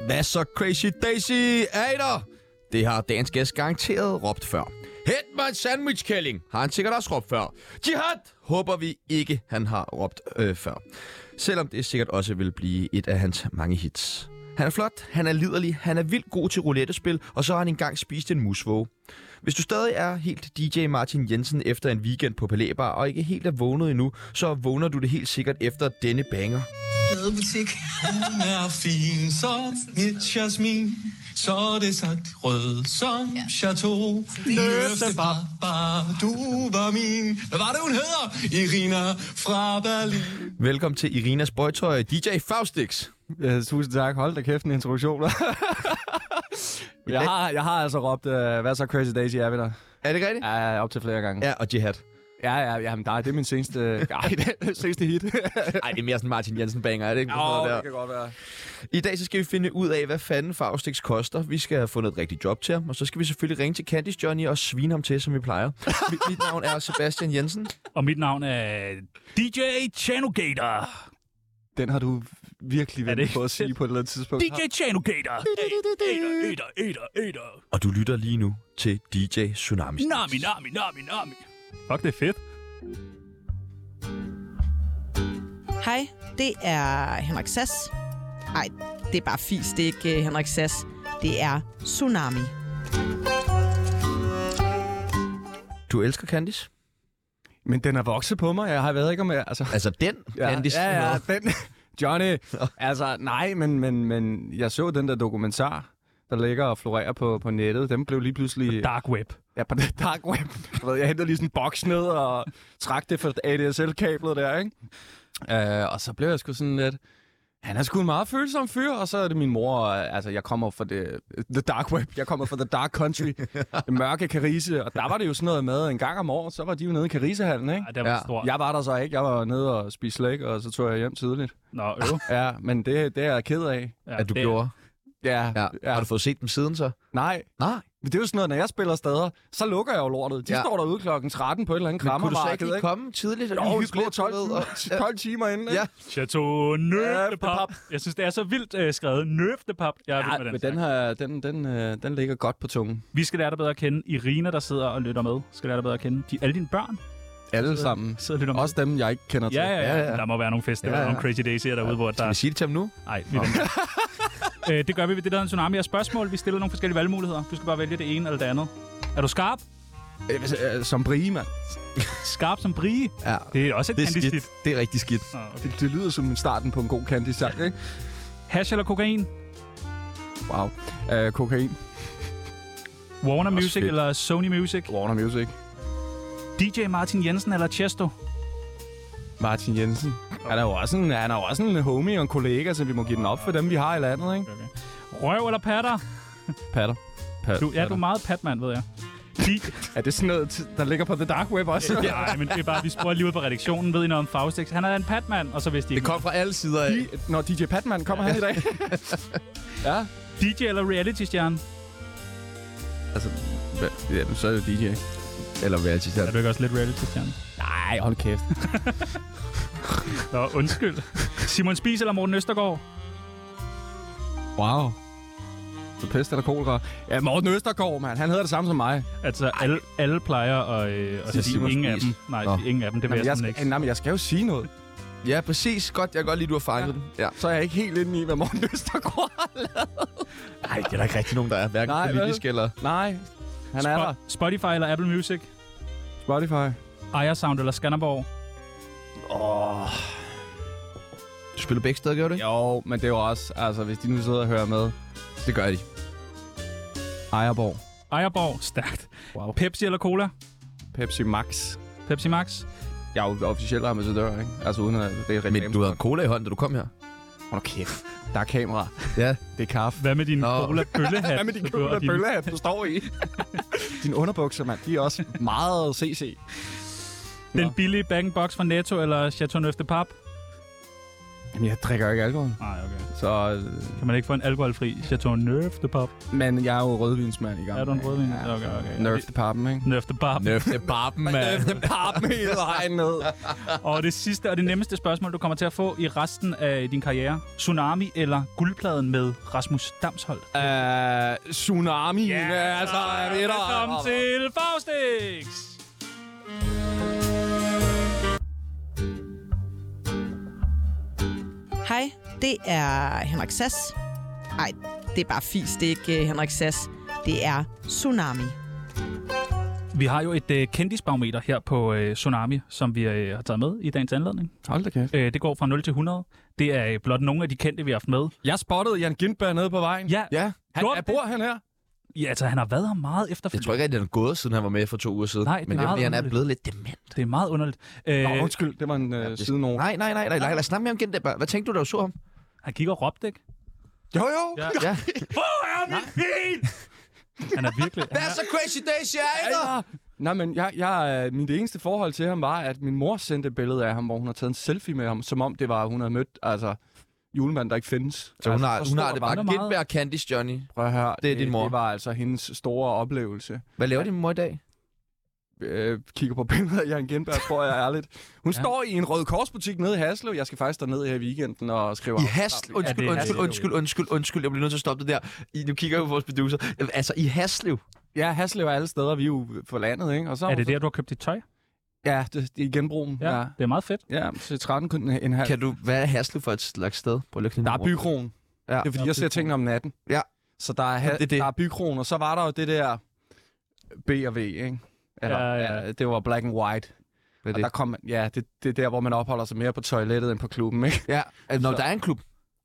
Hvad så, Crazy Daisy? Er I der? Det har dagens gæst garanteret råbt før. Hent mig en sandwichkælling, har han sikkert også råbt før. Jihad, håber vi ikke, han har råbt øh, før. Selvom det sikkert også vil blive et af hans mange hits. Han er flot, han er liderlig, han er vildt god til roulettespil, og så har han engang spist en musvåge. Hvis du stadig er helt DJ Martin Jensen efter en weekend på Palæbar og ikke helt er vågnet endnu, så vågner du det helt sikkert efter denne banger. Badebutik. Hun er fin som et jasmin, så er det sagt rød som ja. chateau. Løfte baba, du var min. Hvad var det, hun hedder? Irina fra Berlin. Velkommen til Irinas Bøjtøj, DJ Faustix. Ja, tusind tak. Hold da kæft en introduktion. jeg, har, jeg har altså råbt, øh, hvad så Crazy Daisy er vi der? Er det rigtigt? Ja, op til flere gange. Ja, og Jihad. Ja, ja, ja, men nej, det er min seneste, nej, det er min seneste hit. Ej, det er mere sådan Martin Jensen banger, er det ikke? Sådan noget der? godt være. I dag så skal vi finde ud af, hvad fanden Faustix koster. Vi skal have fundet et rigtigt job til ham, og så skal vi selvfølgelig ringe til Candice Johnny og svine ham til, som vi plejer. Mit, mit navn er Sebastian Jensen. Og mit navn er DJ Chanogator. Den har du virkelig det ventet ikke på at sige på et eller andet tidspunkt. DJ Chanogator. Æder, æder, æder, æder. Og du lytter lige nu til DJ Tsunami. Nami, nami, nami, nami. Fuck, det er fedt. Hej, det er Henrik Sass. Nej, det er bare fis, det er ikke øh, Henrik Sass. Det er Tsunami. Du elsker Candice? Men den er vokset på mig, jeg har været ikke om... Altså, Altså den ja, Candice? ja, ja, den... Johnny, altså nej, men, men, men jeg så den der dokumentar, der ligger og florerer på, på nettet. Den blev lige pludselig... Dark Web. Ja, på det dark web. Du ved, jeg hentede lige sådan en boks ned og trak det for ADSL-kablet der, ikke? Øh, og så blev jeg sgu sådan lidt... Han er sgu en meget følsom fyr, og så er det min mor. øh, Altså, jeg kommer fra det, øh, the dark web. Jeg kommer fra the dark country. det mørke Karise. Og der var det jo sådan noget med en gang om året, så var de jo nede i Karisehallen, ikke? Ja, det var Ja. ja. stort. Ja. Jeg var der så ikke. Jeg var nede og spiste slik, og så tog jeg hjem tidligt. Nå, øv. Ja, men det, det er jeg ked af. Ja, at du det- gjorde. Ja, Ja. ja. ja. Har du fået set dem siden så? Nej, Nej. men det er jo sådan noget, når jeg spiller steder, så lukker jeg jo lortet. De Ja. står derude klokken 13 på et eller andet Kunne du så krammermarked, ikke lige komme tidligt? og lige Jo, vi hygge små lidt, 12, du ved, og- timer- 12 timer inden, ikke? Ja. Chateau Nøftepap. Nøftepap. Jeg synes, det er så vildt øh, skrevet. Nøftepap. Jeg er vild Ja, med men den, den, sang. her, den, den, øh, den ligger godt på tungen. Vi skal lære dig bedre at kende. Irina, der sidder og lytter med, skal lære dig bedre at kende. De, alle dine børn Alle sammen. sidder og lytter med. Også dem, jeg ikke kender til. Ja, ja, ja, Ja, ja. Der må være nogle festivaler, Ja, ja, ja. ja. nogle crazy days her derude, ja. hvor der Skal vi sige det til ham nu? Nej, vi venter. øh, det gør vi ved det, der er en tsunami af spørgsmål. Vi stiller nogle forskellige valgmuligheder. Du skal bare vælge det ene eller det andet. Er du skarp? Øh, hvis, øh, Som Brie, mand. Skarp som brie? Ja. Det er også et Det er candy skidt. Det er rigtig skidt. Det, det lyder som starten på en god candy-sang, ikke? Hash eller kokain? Wow. Øh, kokain. Warner Music fedt. eller Sony Music? Warner Music. DJ Martin Jensen eller Chesto? Martin Jensen. Han er jo også en, han er jo også en homie og en kollega, så vi må give den op for dem, vi har i landet, ikke? Røv eller patter? Patter. Patter. Du, ja, du er meget patmand, ved jeg. Di- Er det sådan noget, t- der ligger på The Dark Web også? Nej, men det er bare, vi spørger lige ud på redaktionen. Ved I noget om Faustix? Han er en patmand, og så vidste de Det ikke. kom fra alle sider af. De- Når DJ Patman kommer han i dag. ja. DJ eller reality-stjerne? Altså, hva- ja, så er det jo DJ. Eller hvad jeg siger. Er du ikke også lidt reality-stjerne? Nej, hold kæft. Nå, undskyld. Simon Spies eller Morten Østergaard? Wow. Så pest eller kolera. Ja, Morten Østergaard, mand. Han hedder det samme som mig. Altså, alle, alle plejer at, øh, at sige Simon ingen af Spies. dem. Nej, Nå. sige ingen af dem. Det vil Jamen, jeg jeg, sådan skal, ikke. nej, men jeg skal jo sige noget. Ja, præcis. Godt, jeg kan godt lide, du har fanget ja. den. Ja. Så er jeg ikke helt inde i, hvad Morten Østergaard har lavet. Nej, det er der ikke rigtig nogen, der er. Hverken Nej, Nej, vel? politisk eller... Nej, han er der. Spo- Spotify eller Apple Music? Spotify. Ejersound eller Skanderborg? Oh. Du spiller begge steder, gør du ikke? Jo, men det er jo også, altså hvis de nu sidder og hører med. Det gør de. Ejerborg. Ejerborg, stærkt. Wow. Pepsi eller cola? Pepsi Max. Pepsi Max? Jeg er jo officiel ambassadør, ikke? Altså uden at det er rigtig. Men du havde cola i hånden, da du kom her. Hold nu kæft. Der er kamera. Ja. Det er kaffe. Hvad med din Nå. cola-bøllehat? Hvad med din du har, køle og din- bøllehat, du står i? Dine underbukser, mand, de er også meget CC. Den billige bag box fra Netto eller Chateau Neuf de Pape? Jamen, jeg drikker jo ikke alkohol. Nej, okay. Så, øh, Kan man ikke få en alkoholfri Chateau Nerf the Pop? men jeg er jo rødvinsmand i gang. Er du en rødvin? Okay, okay. Nerf the pappen, ikke? Nerf the Pop. Nøfte barben, mand. Nerf the pappen hele vejen ned. Og det sidste og det nemmeste spørgsmål, du kommer til at få i resten af din karriere. Tsunami eller guldpladen med Rasmus Damsholdt? Uh, tsunami. Ja, altså, jeg ved dig. Velkommen til Faustix! Hej, det er Henrik Sass. Nej, det er bare fis, det er ikke øh, Henrik Sass. Det er Tsunami. Vi har jo et øh, kendisbarometer her på øh, Tsunami, som vi øh, har taget med i dagens anledning. Hold da kæft. Øh, det går fra 0 til 100. Det er øh, blot nogle af de kendte, vi har haft med. Jeg spottede Jan Gindberg nede på vejen. Ja, ja. Ja. Han, gjorde er, det? bor han her? ja altså, han har været her meget Jeg efterfølgende. tror ikke, at den er gået, siden han var med for to uger siden. Nej, det men er det er, meget fordi, han er underligt. blevet lidt dement. Det er meget underligt. Øh, Nå, undskyld, det var en øh, det- siden over. Nej, nej, nej, nej, nej. Lad os snakke med ham igen. Der. Hvad tænkte du, da du så ham? han kigger og råbte, ikke? Jo, jo. Ja. Ja. Han er virkelig... han er- så crazy day, Shader! Ja. Nej, men jeg, jeg, øh, mit eneste forhold til ham var, at min mor sendte et billede af ham, hvor hun har taget en selfie med ham, som om det var, hun havde mødt altså, julemanden, der ikke findes. Så hun altså, har, så hun stor har det var bare. den. meget. Gindberg Candice Johnny. Prøv at høre, Det er din mor. Det var altså hendes store oplevelse. Hvad laver din mor i dag? øh, kigger på billeder af Jan Genberg, tror jeg ærligt. Hun Ja. ja. står i en røde korsbutik nede i Haslev. Jeg skal faktisk derned her i weekenden og skrive... I hast. Undskyld, det er undskyld, Haslev. undskyld, undskyld, undskyld. Jeg bliver nødt til at stoppe det der. I, nu kigger jeg på vores producer. Altså, i Haslev. Ja, Haslev er alle steder. Vi er jo for landet, ikke? Og så, Er det der, du har købt dit tøj? Ja, det, det er i genbrugen. Ja, Ja. Det er meget fedt. Ja, til 13 kun en halv. Kan du, hvad er Haslev for et slags sted? Prøv at lukke din Der er mor. bykronen. Ja. Ja. Det er fordi, Der er jeg ser tingene om natten. Ja. Så der er, ha- Jamen, det det, er det. det. der er bykronen, og så var der jo det der B og V, ikke? Eller, Ja, ja. ja, det var black and white. Hvad er Og der det? kom, man- ja, det, det er der, hvor man opholder sig mere på toilettet end på klubben, ikke? Ja, altså, når der er en klub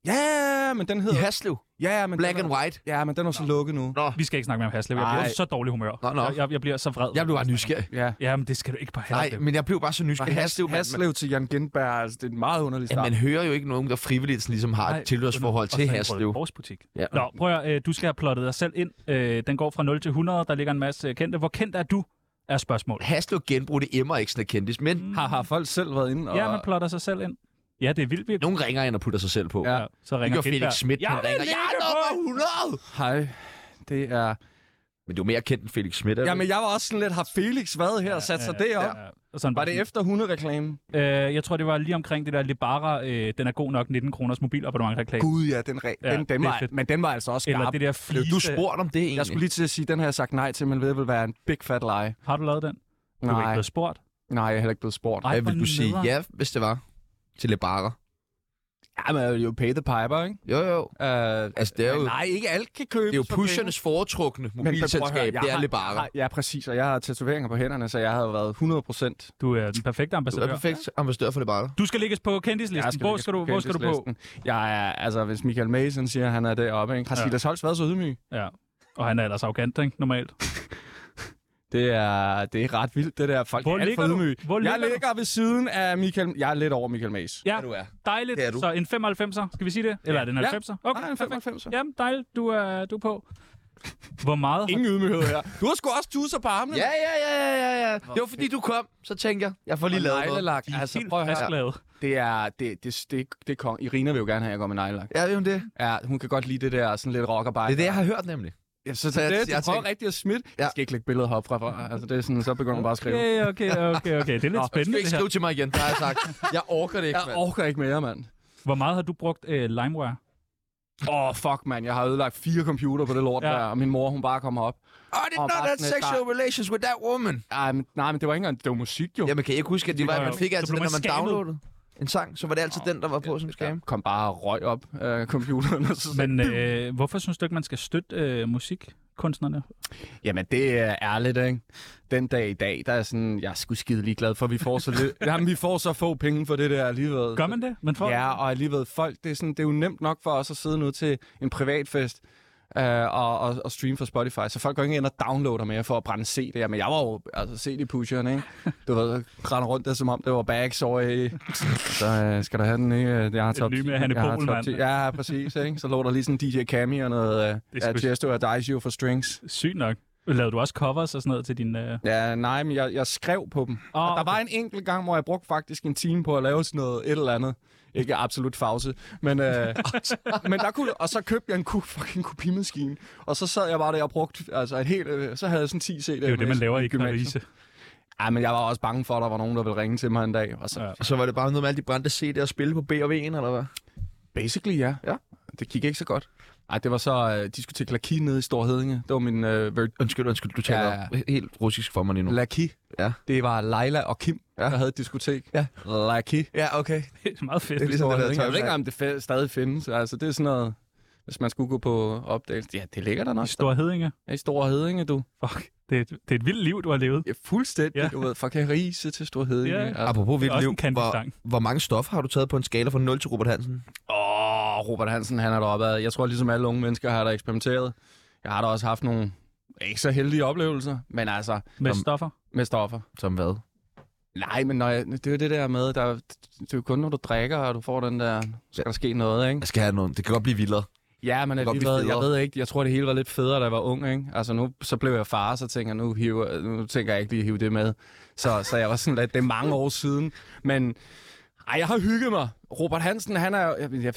Ja, men den i hedder... Haslev. Ja, ja, men Black den and er, white. Ja, men den er så lukket nu. Vi skal ikke snakke mere om Haslev. Jeg bliver Nej. i så dårlig humør. Nå, nå. Jeg, jeg, jeg bliver så vred. Jeg blev bare nysgerrig. Ja. Jamen, det skal du ikke på Haslev. Nej, men jeg blev bare så Fra nysgerrig. Haslev, Haslev, man, man, Haslev til Jan Gindberg, altså, det er en meget underlig ja, start. man hører jo ikke nogen, der frivilligt sådan ligesom har Nej, et tilhørsforhold og så til en Røde Haslev. Kors butik. Ja. Nå, prøv at, øh, du skal have plottet dig selv ind. Øh, den går fra 0 til 100, der ligger en masse øh, kendte. Hvor kendt er du, er spørgsmålet. Haslev genbrugte emmer ikke sådan kendis, men har, har folk selv været inde og... Ja, man plotter sig selv ind. Ja, det er vildt virkelig. nogen ringer ind og putter sig selv på. Ja. Ja, så Det ringer gør Felix Schmidt, Jeg han vil ringer. ligge Jeg er på- nummer 100! Hej. Det er... Men du er mere kendt end Felix Schmidt, er Jamen, jeg var også sådan lidt, har Felix været her og sat sig det op? Ja, og sådan Var bare det efter hundereklamen? sådan, Øh, jeg tror, det var lige omkring det der Libara, øh, den er god nok, 19 kroners mobilabonnement reklame. Gud, ja, den, re- Ja, den, den det er var, fedt. men den var altså også skarp. Eller det der Blev flise. du spurgt om det egentlig? Jeg skulle lige til at sige, den har jeg sagt nej til, men det vil være en big fat lie. Har du lavet den? Du er ikke Nej, blevet spurgt. nej, jeg er heller ikke blevet spurgt. Ej, Hvad hvor ville du sige? nederen. Ja, hvis det var. Til Lebara. Ja, men jeg vil jo pay the piper, ikke? Jo, jo. Uh, Altså, det er jo, nej, ikke alt kan købes. det er jo for pushernes foretrukne penge. Men prøv at høre, mobilselskab. jeg Det er har- Lebara. Nej, Ja, præcis, og jeg har tatoveringer på hænderne, så jeg havde været 100 procent Du er den perfekte altså, Du er ambassadør. perfekt ambassadør for Lebara. Du skal lægges på kendislisten. Jeg hvor lægges skal du, hvor skal du på? kendislisten. Jeg er, altså, hvis Michael Mason siger, at han er deroppe, ikke? har Ja. Silas Holst været så ydmyg? Ja. Og han er ellers arrogant, ikke? Normalt. Det er, det er ret vildt, det der. Folk Hvor er alt for ligger du? ydmyge. Hvor jeg ligger du? ligger ved siden af Michael... Jeg er lidt over Michael Mason. Ja, er. dejligt. Det er du. Så en 95'er, skal vi sige det? Eller er det en Ja. 90'er? Okay, Nej, en perfekt. 95. Ja. Jamen, dejligt, du er, du er på. Hvor meget? Ingen ydmyghed her. Du har sgu også tusser på armene. Ja, ja, ja, ja, ja, ja. Det var fordi, du kom, så tænker jeg, jeg får lige Og lavet noget. neglelak. Altså, prøv at høre. fastlavet. Det er, det, det, det, det er kong. Irina vil jo gerne have, at jeg går med neglelak. Ja, det er jo det. Ja, hun kan godt lide det der sådan lidt rockerbejde. Det er det, jeg har hørt nemlig. Ja, så, Så så jeg- det, jeg jeg, prøver tænker- rigtig at smidt. Ja. Jeg skal ikke lægge billeder herop fra. fra- Altså, det er sådan, så begynder hun bare at skrive. Okay, okay, okay, okay. Det er lidt Nå, Du skal spændende, ikke det her. skrive til mig igen, der har jeg sagt. Jeg orker det ikke, Jeg mand. orker ikke mere, mand. Hvor meget har du brugt øh, LimeWire? Åh, oh, fuck, mand. Jeg har ødelagt fire computer på det lort Ja. ja. der, og min mor, hun bare kommer I op. did Og not bare have sådan et sexual relations with that woman. Ej, men, nej, men det var ikke engang... Det var musik, jo. Jamen, kan I ikke huske, at det var, Jo, jo. man fik Så altid den, blev man når man scammet. downloadede en sang, så var det altid den, der var på som Ja, skam. kom bare og røg op af øh, computeren. Og så sagde, Men øh, hvorfor synes du ikke, man skal støtte øh, musikkunstnerne? Jamen, det er ærligt, ikke? Den dag i dag, der er sådan, jeg er sgu skide ligeglad for, vi får så, lidt, jamen, vi får så få penge for det der alligevel. Gør man det? Man får... Ja, og alligevel folk, det er, sådan, det er jo nemt nok for os at sidde nu til en privatfest øh, og, og, og streame fra Spotify, så folk går ikke ind og downloader mere for at brænde CD'er, men jeg var jo altså CD-pusheren, ikke? Du ved, rende rundt der, som om det var bags over i... Så øh, skal der have den, ikke? Jeg har top nye 10, med Hanne jeg har Pohl, top mand. 10. Ja, præcis, ikke? Så lå der lige sådan en DJ Cami og noget øh, sgu- Tiesto og Daisio for Strings. Sygt nok. Lavede du også covers og sådan noget til din... Øh... Ja, nej, men jeg, jeg skrev på dem. Åh, Oh, og der var Ah, okay. en enkelt gang, hvor jeg brugte faktisk en time på at lave sådan noget et eller andet. Ikke absolut fause, men, øh, men der kunne, og så købte jeg en ku, fucking kopimaskine, og så sad jeg bare der og brugte, altså et helt, øh, så havde jeg sådan 10 CD'er. Det er jo det, man laver i gymnasiet. Paris. Ja, men jeg var også bange for, at der var nogen, der ville ringe til mig en dag, og så Ja. Og så var det bare noget med alle de brændte CD'er og spille på B og V'en, eller hvad? Basically, ja. Ja. Det gik ikke så godt. Ej, det var så øh, diskotek Laki nede i Stor Hedinge. Det var min øh, vir- Undskyld, undskyld, du taler Ja, ja, ja. helt russisk for mig lige nu. Laki. Ja. Det var Leila og Kim, ja. der havde et diskotek. Ja. Laki. Ja, okay. Det er meget fedt. Det er ligesom Stor det der Hedinge. Jeg ved ikke, tøjmærke. om det fa- stadig findes. Altså, det er sådan noget, hvis man skulle gå på opdagelse. Ja, det ligger der nok. Stor Hedinge. I Stor Hedinge, du. Fuck, det er, et, det er et vildt liv, du har levet. Ja, fuldstændig. Ja. Ja. Du ved, fra Karise til Stor Hedinge. Ja. Ja. Apropos Det vildt er også liv, en hvor, kantestang. hvor mange stoffer har du taget på en skala fra 0 til Robert Hansen? Åh, oh, Robert Hansen, han er deroppe ad. Jeg tror, ligesom alle unge mennesker har der eksperimenteret. Jeg har da også haft nogle ikke så heldige oplevelser, men altså Med Som- stoffer. med stoffer. Som hvad? Nej, men når jeg, det er jo det der med, der, det er jo kun, når du drikker, og du får den der, skal der ske noget, ikke? Jeg skal have noget. Det kan godt blive vildere. Ja, men Det kan godt blive alligevel, jeg federe. ved ikke, jeg tror, det hele var lidt federe, da jeg var ung, ikke? Altså nu, så blev jeg far, så tænker jeg, nu, hiver, nu tænker jeg ikke lige at hive det med. Så, så jeg var sådan lidt, det er mange år siden, men ej, jeg har hygget mig. Robert Hansen, han er jo- jeg, jeg,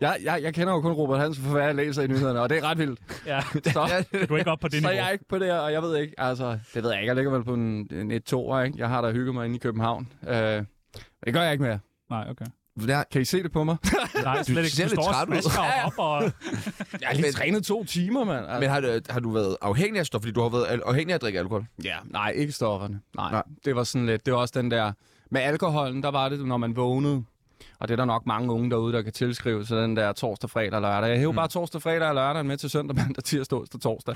jeg, jeg, jeg kender jo kun Robert Hansen for, hvad jeg læser i nyhederne, og det er ret vildt. Ja, Så, du er ikke op på det så niveau. jeg er ikke på det, her, og jeg ved ikke, altså, det ved jeg ikke, jeg ligger vel på en, en 1-2'er, ikke? Jeg har da hygget mig inde i København. Øh, det gør jeg ikke mere. Nej, okay. Ja, Kan I se det på mig? Nej, slet ikke. ser Du lidt står træt og ud. smasker op, og Jeg har lige trænet to timer, mand. Altså, men har, du- har du været afhængig af stof, fordi du har været al- afhængig af at drikke alkohol? ja, nej, ikke stofferne. Nej, Nej. nej, det var sådan lidt. Det var også den der... Med alkoholen, der var det, når man vågnede. Og det er der nok mange unge derude, der kan tilskrive sig den der torsdag, fredag og lørdag. Jeg hæver mm. bare torsdag, fredag og lørdag med til søndag, mandag, tirsdag, onsdag, torsdag.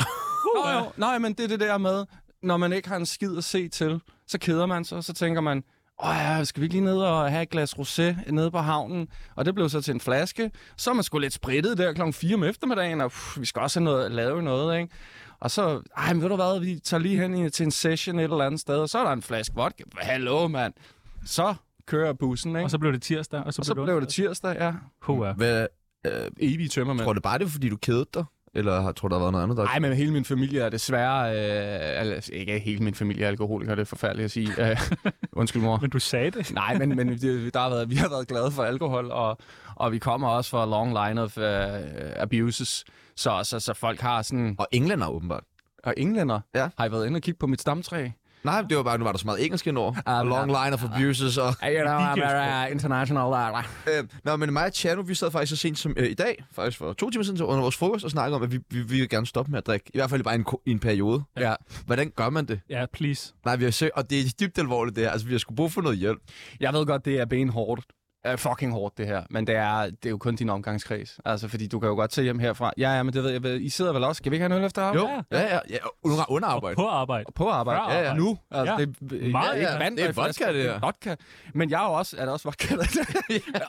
Nå, jo, nej, men det er det der med, når man ikke har en skid at se til, så keder man sig, og så tænker man, åh ja, skal vi ikke lige ned og have et glas rosé nede på havnen? Og det blev så til en flaske. Så er man sgu lidt sprittet der klokken 4 om eftermiddagen, og uff, vi skal også have noget, lave noget, ikke? Og så, ej, men ved du hvad, vi tager lige hen i- til en session et eller andet sted, og så er der en flaske vodka. Hallo, mand. Så kører bussen, ikke? og så blev det tirsdag, og så, Og så blev det tirsdag, ja. Hoa. Hvad, øh, Evige tømmermænd. tror du bare, det er, fordi du kedede dig? Eller har- tror du, der har været noget andet, der Nej, men hele min familie er desværre... Øh, altså, ikke hele min familie er alkoholiker, det er forfærdeligt at sige. Øh, undskyld, mor. Men du sagde det. Nej, men, men det, der har været, vi har været glade for alkohol, og, og vi kommer også fra a long line of uh, abuses. Så, så, så folk har sådan... Og englænder åbenbart. Og englænder Ja. har I været inde og kigge på mit stamtræ? Nej, det var bare, nu var der så meget engelsk indover. Ah, men- Long line of abuses og... You know, I'm very, international. Uh, Øh, nå, men mig og Tjerno, vi sad faktisk så sent som øh, i dag, faktisk for to timer siden så under vores frokost, og snakkede om, at vi, vi, vi vil gerne stoppe med at drikke. I hvert fald bare i en, ko- i en periode. ja. Hvordan gør man det? Ja, please. Nej, vi har søgt, og det er dybt alvorligt det her. Altså, vi har sgu brug for noget hjælp. Jeg ved godt, det er benhårdt. Uh, fucking hårdt, det her. Men det er, det er jo kun din omgangskreds. Altså, fordi du kan jo godt tage hjem herfra. Ja, ja, men det ved jeg. vel. I sidder vel også? Skal vi ikke have en øl efter arbejde? ja, ja. ja under, under arbejde. På arbejde. På arbejde. Før arbejde. Nu. Altså, Ja. ja. Det, er- Meget, ikke ja. vand, Det er og en flaske. vodka, det der. er Vodka. Men jeg er jo også, er der også vodka? ja. Jeg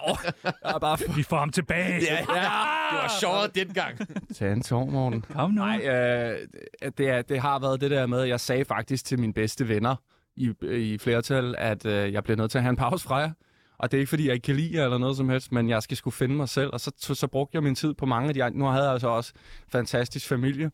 er bare for... Vi får ham tilbage. det var sjovt dengang. Tag en tår, morgen. Kom nu. Nej, øh, det, er, det har været det der med, at jeg sagde faktisk til mine bedste venner i, i flertal, at øh, jeg bliver nødt til at have en pause fra jer. Og det er ikke, fordi jeg ikke kan lide jer eller noget som helst, men jeg skal skulle finde mig selv. Og så, så, så brugte jeg min tid på mange af de andre. Nu havde jeg altså også fantastisk familie,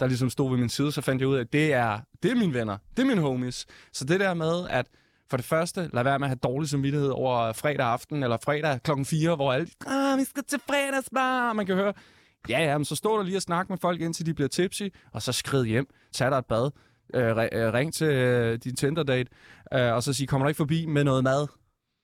der ligesom stod ved min side. Så fandt jeg ud af, at det er, det er mine venner. Det er mine homies. Så det der med, at for det første, lad være med at have dårlig samvittighed over fredag aften, eller fredag klokken 4, hvor alle, ah, vi skal til fredagsbar, man kan høre, Ja, ja, men så stå der lige og snak med folk, indtil de bliver tipsy, og så skrid hjem, tag dig et bad, øh, re- øh, ring til øh, din Tinder-date, øh, og så sig, kommer du ikke forbi med noget mad,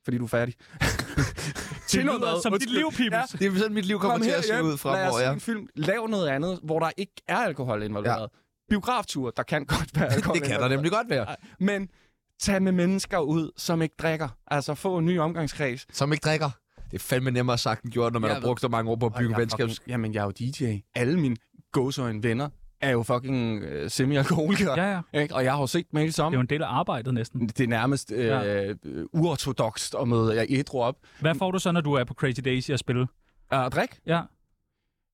fordi du er fattig. det Til noget lyder mad, som dit undskyld. liv, Pibels. Det er sådan, mit liv kommer Kom til her at se hjem, ud fra, lad os hvor se jeg... en film, lav noget andet, hvor der ikke er alkohol involveret. Ja. Biograftur, der kan godt være alkohol Det kan der involveret. nemlig godt være. Men tag med mennesker ud, som ikke drikker. Altså få en ny omgangskreds. Som ikke drikker. Det er fandme nemmere sagt end gjort, når man Jeg har ved- brugt så mange år på at bygge Jeg er venskabs... fucking- Jamen, jeg er jo DJ. Alle mine gåsøjne venner er jo fucking øh, semi-alkoholikere. Ja, ja. Ikke? Og jeg har jo set dem hele Det er jo sammen. en del af arbejdet næsten. Det er nærmest øh, Ja. ja. uortodokst at møde jeg ædru op Hvad får du så, når du er på Crazy Daisy og spille? og drikke. Ja.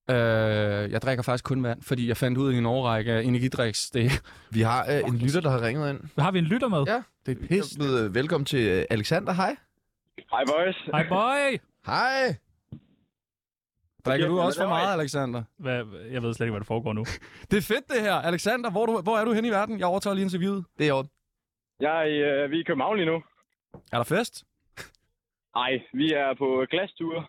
Øh, jeg drikker faktisk kun vand, fordi jeg fandt ud i en årrække, at energidriks, det, Vi har øh, en lytter, der har ringet ind. Har vi en lytter med? Ja. det er pis. Jeg byder, øh, Velkommen til øh, Alexander. Hej. Hej, boys. Hej, boy! Hej. Drikker du Ja, også men for det var meget, Alexander? Hvad, jeg ved slet ikke, hvad der foregår nu. Det er fedt, det her. Alexander, hvor, er du, hvor er du henne i verden? Jeg overtager lige interviewet. Det er jo Jeg er, i, øh, vi er i København lige nu. Er der fest? Nej, vi er på glastur.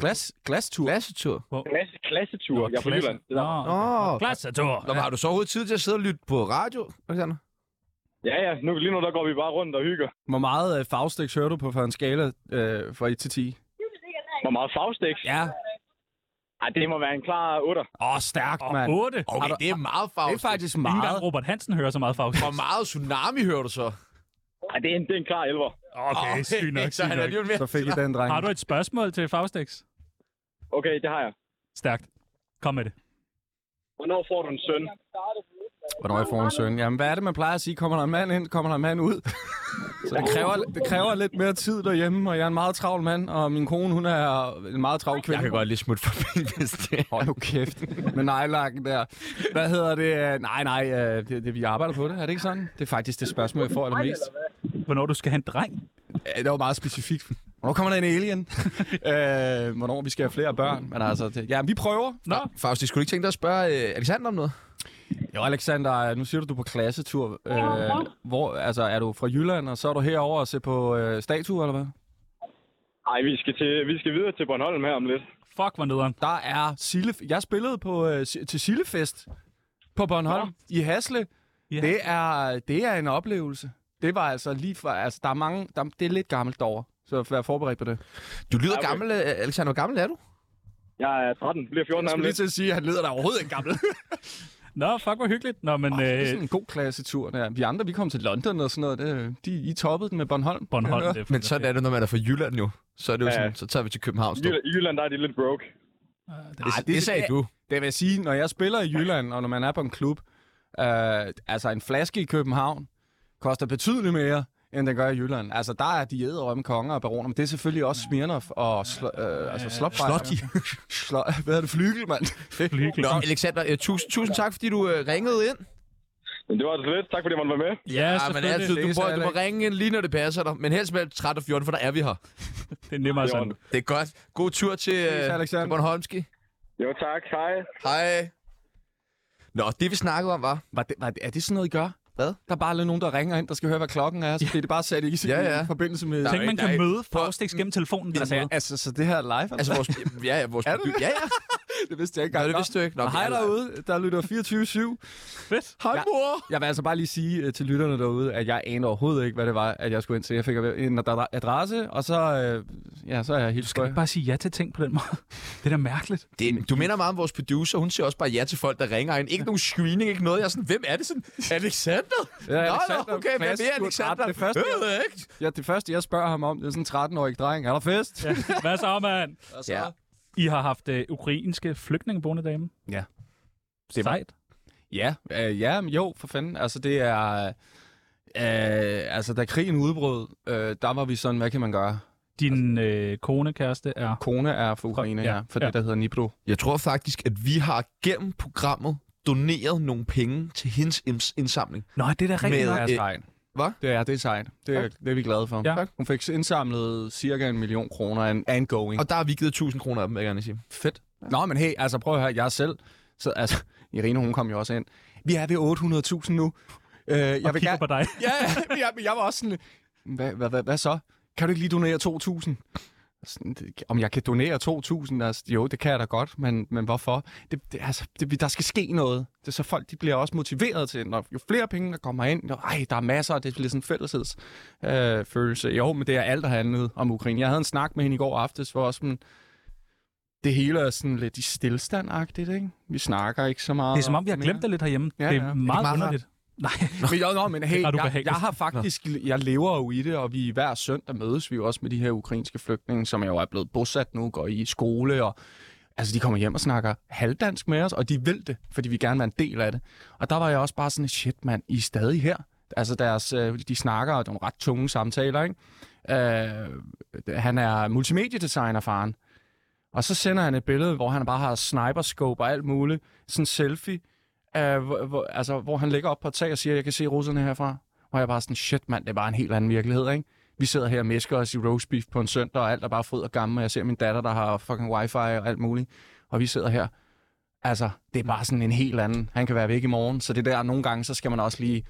Glas, glastur? klassetur. Klasse, klassetur. jeg er på klasse. Jylland. Det der. Nå, Nå, klassetur. Nå, men har du så overhovedet tid til at sidde og lytte på radio, Alexander? Ja, ja. Nu, lige nu der går vi bare rundt og hygger. Hvor meget øh, Faustix hører du på for en skala øh, fra 1 til 10? Hvor meget fagstæks? Ja. Ej, det må være en klar otter. Åh, stærkt, mand. 8. Okay, det er meget farvet. Det er faktisk Ingen meget. gang Robert Hansen hører så meget Faust. Hvor meget tsunami hører du så? Ej, det er en, det er en klar elver. Okay, sygt nok, så han er sygt nok. alligevel mere. Så fik I den, dreng. Har du et spørgsmål til Faustix? Okay, det har jeg. Stærkt. Kom med det. Hvornår får du en søn? Hvornår jeg får en søn? Jamen, hvad er det, man plejer at sige? Kommer der en mand ind, kommer der en mand ud? Så det kræver, det kræver lidt mere tid derhjemme, og jeg er en meget travl mand, og min kone, hun er en meget travl kvinde. Jeg kan godt lige smutte forbi, hvis det er. Hold nu kæft med nejlakken der. Hvad hedder det? Nej, nej, øh, det, det, vi arbejder på det. Er det ikke sådan? Det er faktisk det spørgsmål, jeg får allermest. Hvornår du skal have en dreng? Ja, det var meget specifikt. Hvornår kommer der en alien? øh, hvornår vi skal have flere børn? Men altså, det, ja, vi prøver. Nå, Faust, skulle du ikke tænke dig at spørge øh, Alexander om noget? Jo, Alexander, nu siger du, du er på klassetur. Øh, hvor, altså, er du fra Jylland, og så er du herover og se på øh, statuer, eller hvad? Ej, vi skal, til, vi skal videre til Bornholm her om lidt. fuck, hvor nederen. Der er Sille... Jeg spillede på, øh, si- til Sillefest på Bornholm i Hasle. Ja. Det, er, det er en oplevelse. Det var altså lige fra... Altså, der er mange... Der, det er lidt gammelt derovre, så vær forberedt på det. Du lyder Ja, okay. gammel, øh, Alexander. Hvor gammel er du? Jeg er 13, bliver 14 Jeg her om skulle lige lidt. til at sige, at han leder der overhovedet ikke gammel. Nå, fuck, hvor hyggeligt. Nå, men Det er sådan øh, en god klassetur. Der. Vi andre, vi kom til London og sådan noget. Det, de, I toppede den med Bornholm. Bornholm. Det er Men sådan er det, når man er fra Jylland jo. Så er det jo Ja. sådan, så tager vi til København. I Det, Jylland- I Jylland, der er de lidt broke. det, det sagde du. Det vil sige, når jeg spiller i Jylland, og når man er på en klub, øh, altså en flaske i København koster betydeligt mere, end den gør i Jylland. Altså, der er de æderømme konger og baroner, men det er selvfølgelig også Smirnoff og sl- øh, altså Slotbejder. Slotty. Slot. Hvad er det? Flygel, mand. Nå, Alexander, øh, tusind, tusind tak, fordi du øh, ringede ind. Men det var det lidt. Tak fordi man var med. Ja, Ja, men selvfølgelig. altid, du, Det må, er så du må heller ringe ind lige, når det passer dig. Men helst mellem 13 og 14, for der er vi her. Det er nemmere sådan. Det er godt. God tur til, øh, Alexander. til Bornholmski. Jo, tak. Hej. Hej. Nå, det vi snakkede om var... Var det, var det, er det sådan noget, I gør? Hvad? Der er bare lidt nogen, der ringer ind, der skal høre, hvad klokken er, så bliver det bare sat i, Ja, ja. i forbindelse med... Der er Tænk, jo man ikke- der kan er ikke- møde Faustix gennem telefonen. på den altså, måde. ja, altså, så det her er live? eller Altså, hvad? vores... Ja, ja, vores... Er det det? Ja, ja. det vidste jeg ikke Nå, engang. det vidste du ikke. Nå, Nå, vi hej er live. derude, der lytter 24-7. Fedt. Hej, Ja. mor. Jeg vil altså bare lige sige øh, til lytterne derude, at jeg anede overhovedet ikke, hvad det var, at jeg skulle ind til. Jeg fik en adra- adresse, og så, øh, ja, så er jeg helt Skal du skøj. ikke bare sige ja til ting på den måde? Det er da mærkeligt. Det, du minder meget om vores producer. Hun siger også bare ja til folk, der ringer ind. Ikke nogen screening, ikke noget. Jeg er sådan, hvem er det sådan? Alexander? Ja, Nå, nå, okay, hvem er Alexander? Ah, Det første, Jeg ved ikke. ja, det første, jeg spørger ham om, det er sådan en 13-årig dreng. Er der fest? Ja. Hvad så, mand? Og så, Ja. I har haft øh, ukrainske flygtninge boende derhjemme. Ja. Det er sejt. Ja, øh, ja, men jo, for fanden. Altså, det er... Øh, altså, da krigen udbrød, øh, der var vi sådan, hvad kan man gøre? Din øh, kone, kæreste er... Kone er fra Ukraine, Ja, ja, for ja. det, der hedder Nibro. Jeg tror faktisk, at vi har gennem programmet doneret nogle penge til hendes inds- indsamling. Nå, det er da Med- rigtigt nok. Det er Øh, sejt. hvad? Det er, det er sejt. Det er, det er vi glade for. Ja. Tak. Hun fik indsamlet cirka en million kroner af en af en going. Og der har vi givet 1000 kroner af dem, vil jeg gerne sige. Fedt. Nå, men hey, altså prøv at høre, jeg selv, så, altså, Irene, hun kom jo også ind. Vi er ved 800.000 nu. Øh, jeg Jeg kigger på dig. Ja, ja, men jeg, men jeg var også sådan, hvad, hvad, hvad, hvad så? Kan du ikke lige donere 2.000? Sådan, det- Om jeg kan donere 2.000? Altså, jo, det kan jeg da godt, men, men hvorfor? Det, det, altså, det, der skal ske noget. Det, er så folk de bliver også motiveret til, når jo flere penge, der kommer ind, jo, ej, der er masser, og det bliver sådan en fælleshedsfølelse. Øh, følelse. jo, men det er alt, der handlede om Ukraine. Jeg havde en snak med hende i går aftes, hvor også, men, det hele er sådan lidt i stillstandagtigt, ikke? Vi snakker ikke så meget. Det er som om, vi har glemt det lidt herhjemme. Ja, Ja, det er ja. meget, meget underligt. Nej, Men, jo, nå, men hey, ret jeg, ubehageligt. jeg har faktisk, jeg lever jo i det, og vi hver søndag mødes vi jo også med de her ukrainske flygtninge, som jo er blevet bosat nu, går i skole, og altså de kommer hjem og snakker halvdansk med os, og de vil det, fordi vi gerne vil være en del af det. Og der var jeg også bare sådan, shit mand, I er stadig her. Altså deres, øh, de snakker, og det er nogle ret tunge samtaler, ikke? Øh, han er multimediedesigner, faren. Og så sender han et billede, hvor han bare har sniperscope og alt muligt. Sådan en selfie, øh, hvor, hvor, altså, hvor han ligger op på et tag og siger, jeg kan se russerne herfra. Og jeg er bare sådan, shit mand, det er bare en helt anden virkelighed, ikke? vi sidder her og mesker os i roast beef på en søndag, og alt er bare fryd og gammel, og jeg ser min datter, der har fucking wifi og alt muligt, og vi sidder her. Altså, det er bare sådan en helt anden. Han kan være væk i morgen, så det der, nogle gange, så skal man også lige...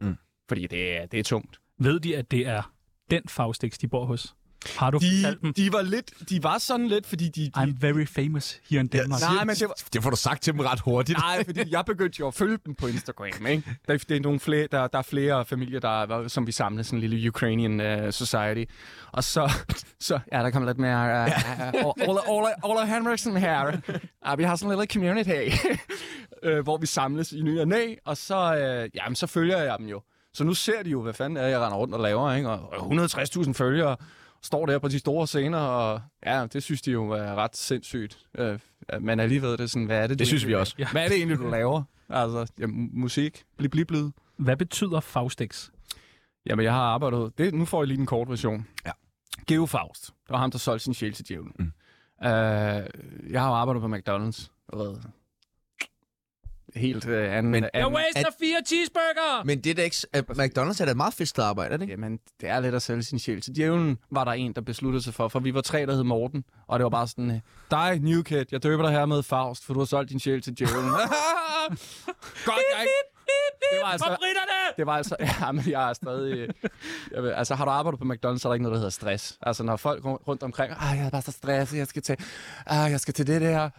Mm. Fordi det er, det er tungt. Ved de, at det er den Faustix, de bor hos? Har du fortalt dem? De, de, var lidt, de var sådan lidt, fordi de... de I'm very famous here in Denmark. nej, men det var, Det får du sagt til dem ret hurtigt. nej, fordi jeg begyndte jo at følge dem på Instagram, ikke? Der, det er nogle flere, der, der er flere familier, der, er- som vi samler sådan en lille Ukrainian uh, society. Og så, så... Ja, der kommer lidt mere... Uh, uh, Ola, Ola, Ola Henriksen her. Uh, vi har sådan en lille community, uh, hvor vi samles i ny og næ, og så, uh, jamen, så følger jeg dem jo. Så nu ser de jo, hvad fanden er, jeg render rundt og laver, ikke? Og 160.000 følgere står der på de store scener, og ja, det synes de jo er ret sindssygt. Øh, men alligevel er det sådan, hvad er det? du Det synes egentlig vi laver? også. Ja. Hvad er det egentlig, du laver? Altså, ja, mu- musik, blib, blib, blid. Hvad betyder Faustix? Jamen, jeg har arbejdet... Det, nu får jeg lige den korte version. Ja. Geo Faust. Det var ham, der solgte sin sjæl til djævlen. Mm. Øh, jeg har jo arbejdet på McDonald's. Du ved. Helt øh, anden... Men- anden waster fire cheeseburger! Men det er da ikke... At McDonald's er da et meget fedt sted at arbejde, er det ikke? Jamen, det er lidt at sælge sin sjæl. Til djævlen var der en, der besluttede sig for, for vi var tre, der hed Morten. Og det var bare sådan, øh, dig, New Kid, jeg døber dig her med Faust, for du har solgt din sjæl til djævlen. Godt, jeg ikke... Det var altså... Det var altså... Ja, men jeg er stadig... øh, Jeg ved, altså, har du arbejdet på McDonald's, så er der ikke noget, der hedder stress. Altså, når folk run- rundt omkring... Ej, jeg er bare så stresset, jeg skal til... Ah, jeg skal til det der...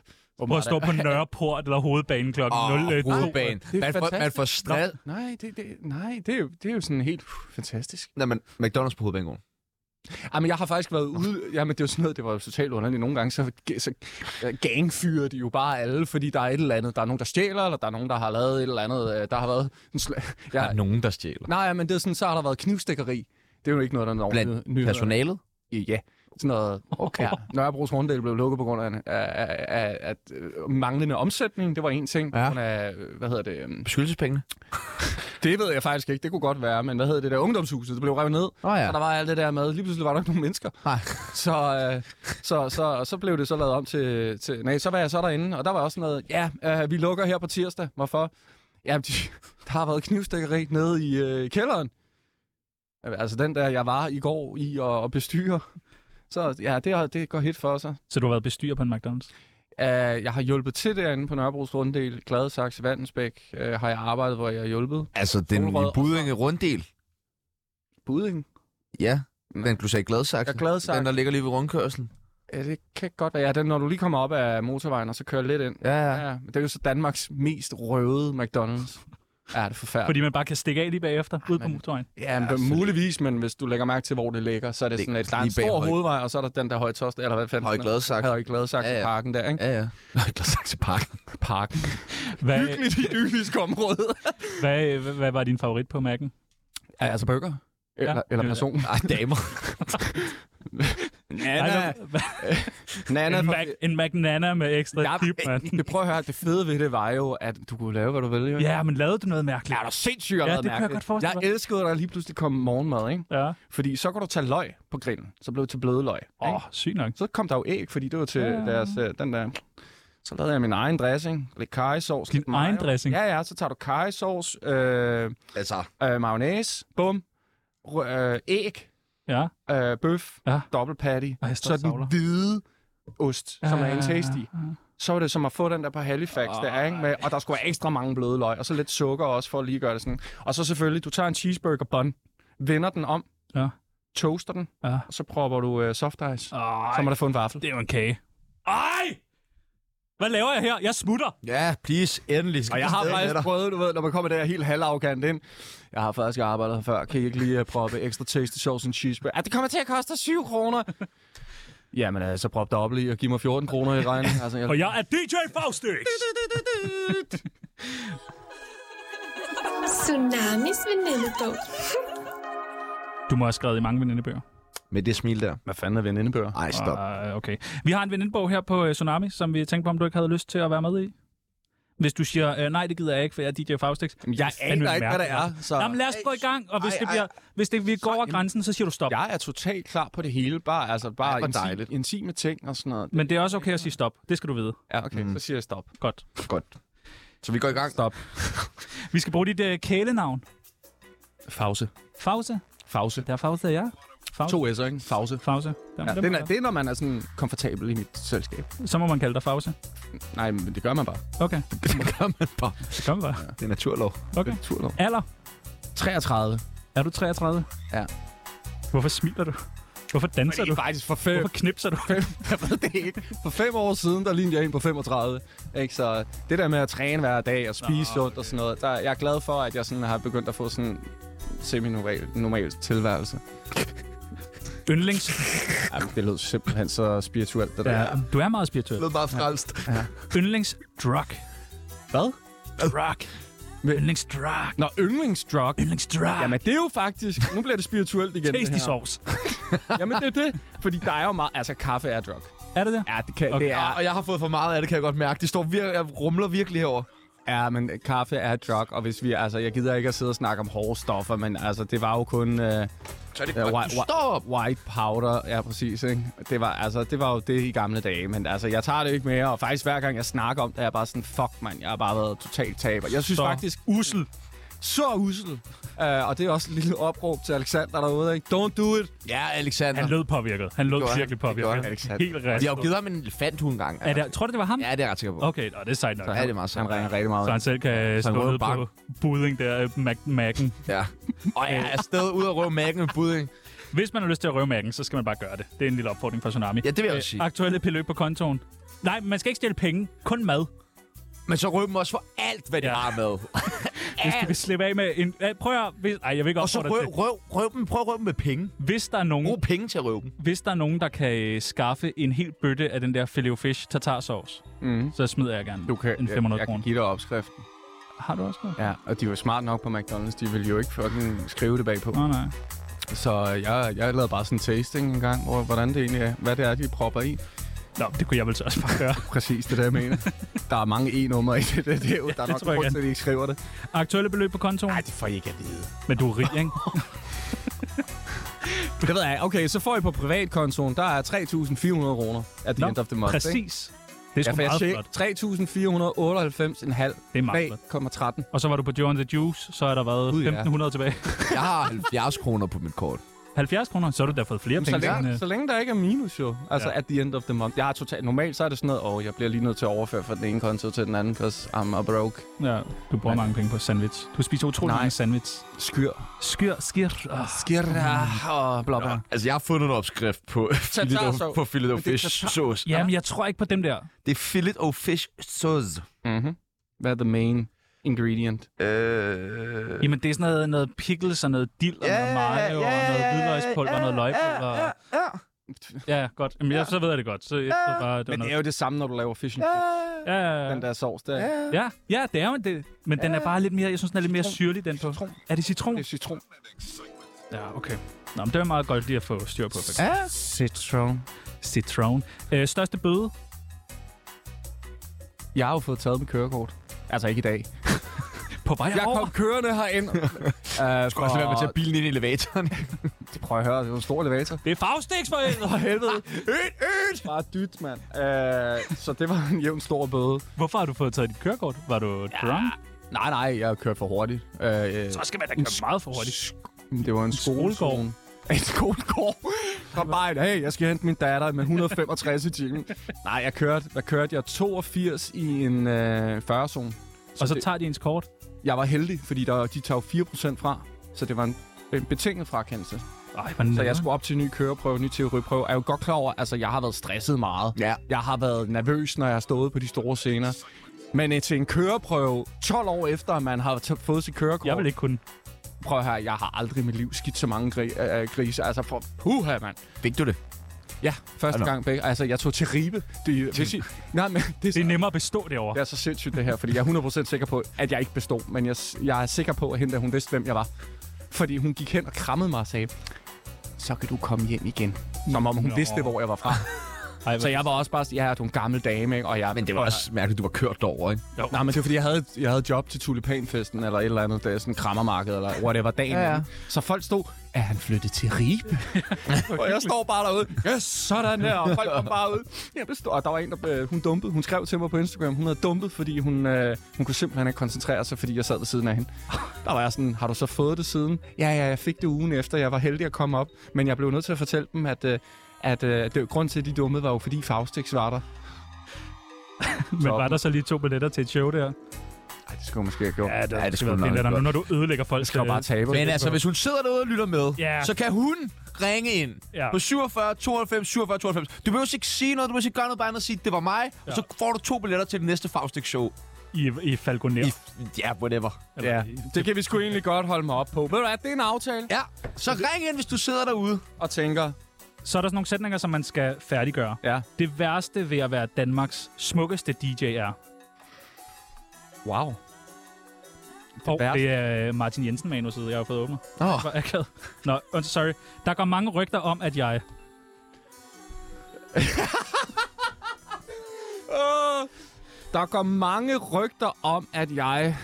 Prøv at stå på Nørreport eller hovedbanen kl. 0. Åh, øh, hovedbanen. det er Man får, man fantastisk. får stress... Nej, det, det, nej det, er jo, det er jo sådan helt uh, fantastisk. Nej, men McDonald's på hovedbanegården. Jamen, Ah, jeg har faktisk været ude... Jamen, det var sådan noget, det var jo totalt underligt. Nogle gange, så, så øh, gangfyrer de jo bare alle, fordi der er et eller andet. Der er nogen, der stjæler, eller der er nogen, der har lavet et eller andet. øh, Der har været... En sl- Der ja, er nogen, der stjæler. nej, men det er sådan, så har der været knivstikkeri. Det er jo ikke noget, der er nogen Blandt nyheder. personalet? Ja, sådan noget. Okay. Ja. Nørrebros Runddel blev lukket på grund af, af, af, af, af øh, manglende omsætning. Det var en ting. Ja. Ja. Af, øh, hvad hedder det? øhm, Beskyttelsespengene? Det ved jeg faktisk ikke. Det kunne godt være, men hvad hedder det der ungdomshuset? Det blev revet ned. Åh ja. Og der var alt det der med, lige pludselig var der ikke nogen mennesker. Nej. Så, øh, så, så, så blev det så lavet om til, til... Nej, så var jeg så derinde, og der var også noget... Ja, øh, vi lukker her på tirsdag. Hvorfor? Jamen, de, der har været knivstikkeri nede i øh, kælderen. Altså den der, jeg var i går i og, og bestyre. Så ja, det, har- det går helt for sig. Så du har været bestyrer på en McDonald's? Uh, jeg har hjulpet til derinde på Nørrebros Runddel, Gladsaxe, Vandensbæk uh, har jeg arbejdet, hvor jeg har hjulpet. Altså, den i Solrød. Budinge Runddel. Budingen? Ja, den du sagde Gladsaxe. Ja, Gladsaxe. Den, der ligger lige ved rundkørslen. Ja, det kan godt være. Ja, den, når du lige kommer op af motorvejen, og så kører lidt ind. Ja, Ja, ja. Men det er jo så Danmarks mest røvede McDonald's. Ja, det er forfærdeligt. Fordi man bare kan stikke af lige bagefter, ud på Ah, men- motorvejen. Ja, men muligvis, men hvis du lægger mærke til, hvor det ligger, så er det, Det er sådan, at der er en lige bag stor Høj- hovedvej, og så er der den der høje tost, eller hvad fanden? Høje den er. Gladsaxe. Høje Gladsaxe Ja, ja. parken der, ikke? Ja, ja. Gladsaxe Park. Parken. Hvad, Hyggeligt, hyggeligt område. hvad, hvad, hvad var din favorit på Mac'en? Ja, altså bøger. Eller, Ja. ja. eller person. Ej, damer. Nana. Ej, hvad- Nana. En, fra- Mac, en McNana med ekstra Ja, dip, mand. men prøv at høre, det fede ved det var jo, at du kunne lave, hvad du ville. jo. Ja, men lavede du noget mærkeligt? Ja, er du sindssygt jeg har Ja, lavet det kan jeg mærkeligt. godt forestille mig. Jeg elskede, at der lige pludselig kom morgenmad, ikke? Ja. Fordi så kunne du tage løg på grillen, så blev det til bløde løg. Åh, Oh. oh, sygt nok. Så kom der jo æg, fordi det var til ja. deres, øh, den der... Så lavede jeg min egen dressing, lidt kajsovs. Din egen dressing? Ja, ja, så tager du kajsovs, øh, Altså, øh, mayonnaise, bum, rø- øh, æg, Ja. øh, bøf, Ja. ja. dobbelt patty, Ej, jeg står så og den savler. hvide ost, som er en tasty. Ja, ja, ja. Så var det som at få den der på Halifax der, ikke? Med, og der skulle være ekstra mange bløde løg, og så lidt sukker også, for at lige gøre det sådan. Og så selvfølgelig, du tager en cheeseburger bun, vender den om, Ja. toaster den, Ja. og så propper du øh, soft ice. Ej, Så må der få en vaffel. det er jo en kage. Ej! Hvad laver jeg her? Jeg smutter. ja, please, endelig. Og jeg har faktisk prøvet, du ved, når man kommer der helt halvarrogant ind. Jeg har faktisk arbejdet her før. Kan I ikke lige øh, proppe ekstra taste sauce and cheeseburger? Ah, det kommer til at koste 7 kroner. Jamen, øh, så prop dobbelt i og giv mig 14 kroner i regning. Altså, jeg... Og jeg er DJ Faustix. Tsunamis venindebog. Du må have skrevet i mange venindebøger. Med det smil der. Hvad fanden er venindebøger? Ej, stop. Uh, okay. Vi har en venindebog her på uh, Tsunami, som vi tænkte på, om du ikke havde lyst til at være med i. Hvis du siger, øh, nej, det gider jeg ikke, for jeg er DJ Faustix. Jeg aner ikke, hvad det er. Så... Jamen lad os gå i gang, og hvis, Ej, det bliver, hvis det, vi går over grænsen, så siger du stop. Jeg er totalt klar på det hele. Bare, altså, bare Ej, hvor intime, dejligt. intime ting og sådan noget. Men det er også okay at sige stop. Det skal du vide. Ja, okay, mm. så siger jeg stop. Godt. Godt. Så vi går i gang. Vi skal bruge dit øh, kælenavn. Fause. Fause. Fause. Der fagsede jeg. Fause. To S'er, ikke? Fause. Fause. Der, Ja, dem den er er, det er, når man er sådan komfortabel i mit selskab. der. Så må man kalde dig Fause. Nej, men det gør man bare. Okay, Det gør man bare. så kom bare. Det er naturlov. Okay. Turlov. Alder. 33. Er du 33? Ja. Hvorfor smiler du? Hvorfor danser du? faktisk for fem. Hvorfor knipser du? Jeg ved det ikke. For fem år siden, der lignede jeg en på 35. Ikke? Så det der med at træne hver dag og spise sundt og sådan noget, der, jeg er glad for, at jeg sådan har begyndt at få sådan semi-normal normal tilværelse. Yndlings. Jamen, det lød simpelthen så spirituelt, det der. Ja. Du er meget spirituel. Det er bare frelst. Yndlingsdrug. Hvad? Drug. Yndlingsdrug. Nå, yndlingsdrug. Yndlingsdrug. Jamen, det er jo faktisk... Nu bliver det spirituelt igen. det Tasty her. sauce. Jamen, det er det. Fordi der er jo meget... Altså, kaffe er drug. Er det det? Ja, det, kan, Okay. det Ja, er... og jeg har fået for meget af det, kan jeg godt mærke. Det står vir- jeg rumler virkelig herover. Ja, men kaffe er drug, og hvis vi... Altså, jeg gider ikke at sidde og snakke om hårde stoffer, men altså, det var jo kun... Øh, Så er det Ja, why- godt, du why- står op. White powder, ja præcis. Ikke? Det, var, altså, det var jo det i gamle dage, men altså, jeg tager det ikke mere. Og faktisk hver gang jeg snakker om det, er jeg bare sådan, fuck mand, jeg har bare været totalt taber. Jeg synes Så så. faktisk, Usel. så usel. Uh, og det er også et lille opråb til Alexander derude, ikke? Don't do it. Ja, Alexander. Han lød påvirket. Han lød gjorde han. Det virkelig gjorde påvirket. han, Alexander. Helt rigtigt. De har jo givet ham en elefanthund engang. Er det, tror du, det var ham? Ja, det er jeg ret sikker på. Okay, nå, det er sejt nok. Ja, det er meget Han sådan. ringer rigtig meget. Så han selv kan han slå røde ned bak. på budding der, øh, Mac- Mac'en. Ja. Og jeg er afsted ud og røve mærken med budding. Hvis man har lyst til at røve Mac'en, så skal man bare gøre det. Det er en lille opfordring fra Tsunami. Ja, det vil jeg også sige. Aktuelle beløb på kontoen. Nej, man skal ikke stille penge. Kun mad. Men så røv dem også for alt, hvad de Ja. har med. Hvis du vil slippe af med en... Ja, Prøv at... Hvis... Ej, jeg vil ikke Og så opfordre røv, til. røv, røv dem, prøv at røve dem med penge. Hvis der er Brug nogen, penge til at røve dem. hvis der er nogen der kan øh, skaffe en hel bøtte af den der filet fish tartarsauce, Mm. så smider jeg gerne Du kan, en jeg, 500 jeg kan kroner. give dig opskriften. Har du også noget? Ja, og de var smart nok på McDonald's. De ville jo ikke fucking skrive det bagpå. Nå, nej. Så jeg, jeg lavede bare sådan en tasting en gang, hvor, hvordan det egentlig er, hvad det er, de propper i. Nå, det kunne jeg vel så også bare gøre. Præcis det, der jeg mener. der er mange e-numre i det, det, det, er jo, der er det nok tror jeg grund gerne. til, at de ikke skriver det. Aktuelle beløb på kontoen? det får I ikke at vide. Men du er rig, ikke? Det ved jeg ikke. Okay, så får I på privatkontoen, der er 3.400 kroner at the Nå, end of the month. Ikke? præcis. Det er Ja, sgu for jeg meget tjek, 3.498,5 flot. Det er meget bag flot. 13. Og så var du på Joe and the Juice, så er der været Gud, ja. 1.500 tilbage. Jeg har 70 kroner på mit kort. 70 kroner, så har du da fået flere Så penge. end, længe, øh, så længe der ikke er minus jo, altså Ja. ja. at the end of the month. Jeg har totalt, normalt så er det sådan noget, åh, oh, jeg bliver lige nødt til at overføre fra den ene konto til den anden, because I'm a broke øh, Ja, du bruger mange penge på sandwich. Du spiser utrolig Nej. mange sandwich. skyr. Skyr, skir. Oh. Skirra og bla bla. Altså, jeg har fundet en opskrift på fillet Tartar of, sauce. på fillet of Men det er fish tartar- sauce. Jamen, jeg tror ikke på dem der. Det er fillet of fish sauce. Mm-hmm. Hvad er the main ingredient? Øh... Jamen, det er sådan noget, noget pickles og noget dild og Ja, noget mayo ja, og noget ja, hvidløgspulver og noget ja, løgpulver. ja, ja. Ja, godt. Jamen, jeg, så ved jeg det godt. Så jeg ja, bare, det var Men det er noget. jo det samme, når du laver fish and chips. Øh, Ja, ja, ja. Den der sovs der. Ja. ja, ja, det er jo det. Men den er bare lidt mere, jeg synes, den er lidt mere syrlig, den på. Citron. Er det citron? Det er citron. Ja, okay. Nå, men det er meget godt lige at få styr på. faktisk. Ja. Citron. Citron. Øh, største bøde? Jeg har jo fået taget mit kørekort. Altså ikke i dag. På vej Jeg over. kom kørende herind. uh, Skal også lade være med at tage bilen ind i elevatoren. Prøv at høre, det var en stor elevator. Det er fagstiks, for helvede. øt, øt! Bare dyt, mand. Uh, så det var en jævn stor bøde. Hvorfor har du fået taget dit kørekort? Var du drunk? Nej, nej, jeg kørte for hurtigt. Uh, Så skal man da køre meget for hurtigt. det var en skolegård. skolegård. En skolegård. Så bare et, hey, jeg skal hente min datter med 165 i timen. Nej, jeg kørte, hvad kørte jeg? 82 i en øh, 40-zone. Og så det- tager de ens kort. Jeg var heldig, fordi der, de tager jo 4% fra. Så det var en, en betinget frakendelse. Ej, Så hvor nederen. jeg skulle op til en ny køreprøve, en ny teoriprøve. Jeg er jo godt klar over, altså jeg har været stresset meget. Ja. Jeg har været nervøs, når jeg har stået på de store scener. Men øh, til en køreprøve, 12 år efter, at man har t- fået sit kørekort, Jeg vil ikke kunne. prøv her, jeg har aldrig i mit liv skidt så mange gri- øh, øh, grise. Altså, for puha, mand. Fik du det? Ja, første Nå. gang begge. Altså, jeg tog til Ribe. Det, til... Jeg, nej, men det er, Det så, er nemmere at bestå derovre. det er så sindssygt, det her, fordi jeg er 100% sikker på, at jeg ikke bestod. Men jeg, s- jeg er sikker på, at hende, der, hun vidste, hvem jeg var. Fordi hun gik hen og krammede mig og sagde, så kan du komme hjem igen. Som om hun Nå. vidste, hvor jeg var fra. Ej, Så jeg var også bare, jeg er jo en gammel dame, ikke? Og jeg, Men det var også mærkeligt, du var kørt over, ikke? Jo. Nej, men det var fordi, jeg havde, jeg havde job til tulipanfesten, eller et eller andet, der sådan krammermarked, eller whatever, dagen Ja, ja, ja. ja. Så folk stod, er han flyttet til Ribe? og jeg står bare derude, ja, sådan der, og folk kom bare ud. Jeg bestod, og der var en, der øh, hun dumpede, hun skrev til mig på Instagram, hun havde dumpet, fordi hun, øh, hun kunne simpelthen ikke koncentrere sig, fordi jeg sad ved siden af hende. Der var jeg sådan, har du så fået det siden? Ja, ja, jeg fik det ugen efter, jeg var heldig at komme op, men jeg blev nødt til at fortælle dem, at... Øh, at øh, det, grund til, at de dummede, var jo fordi Faustix var der. Men var der så lige to billetter til et show der? Ej, det skulle jeg måske have gjort. Ja, det, Ja, ja, det det skulle skulle nok være fint, være at der nu, når du ødelægger øh, folk. skal jo bare tabe. Men altså, hvis hun sidder derude og lytter med, Ja. så kan hun ringe ind Ja. på 47 92 47 92. Du behøver ikke sige noget, du behøver ikke gøre noget bare andet at sige, det var mig, ja. og så får du to billetter til det næste Faustix-show. I, i Falconer. I, ja, whatever. Ja, det kan vi sgu egentlig godt holde mig op på. Ved du hvad, det er en aftale. Ja, så ring ind, hvis du sidder derude. Og tænker, Så er der sådan nogle sætninger, som man skal færdiggøre. ja, Det værste ved at være Danmarks smukkeste DJ er... wow. Og værste. det er øh, Martin Jensen manuset, jeg har fået åbnet. Åh. Hvor akavet. Nå, undskyld, sorry. Der går mange rygter om, at jeg... Øh, Der går mange rygter om, at jeg...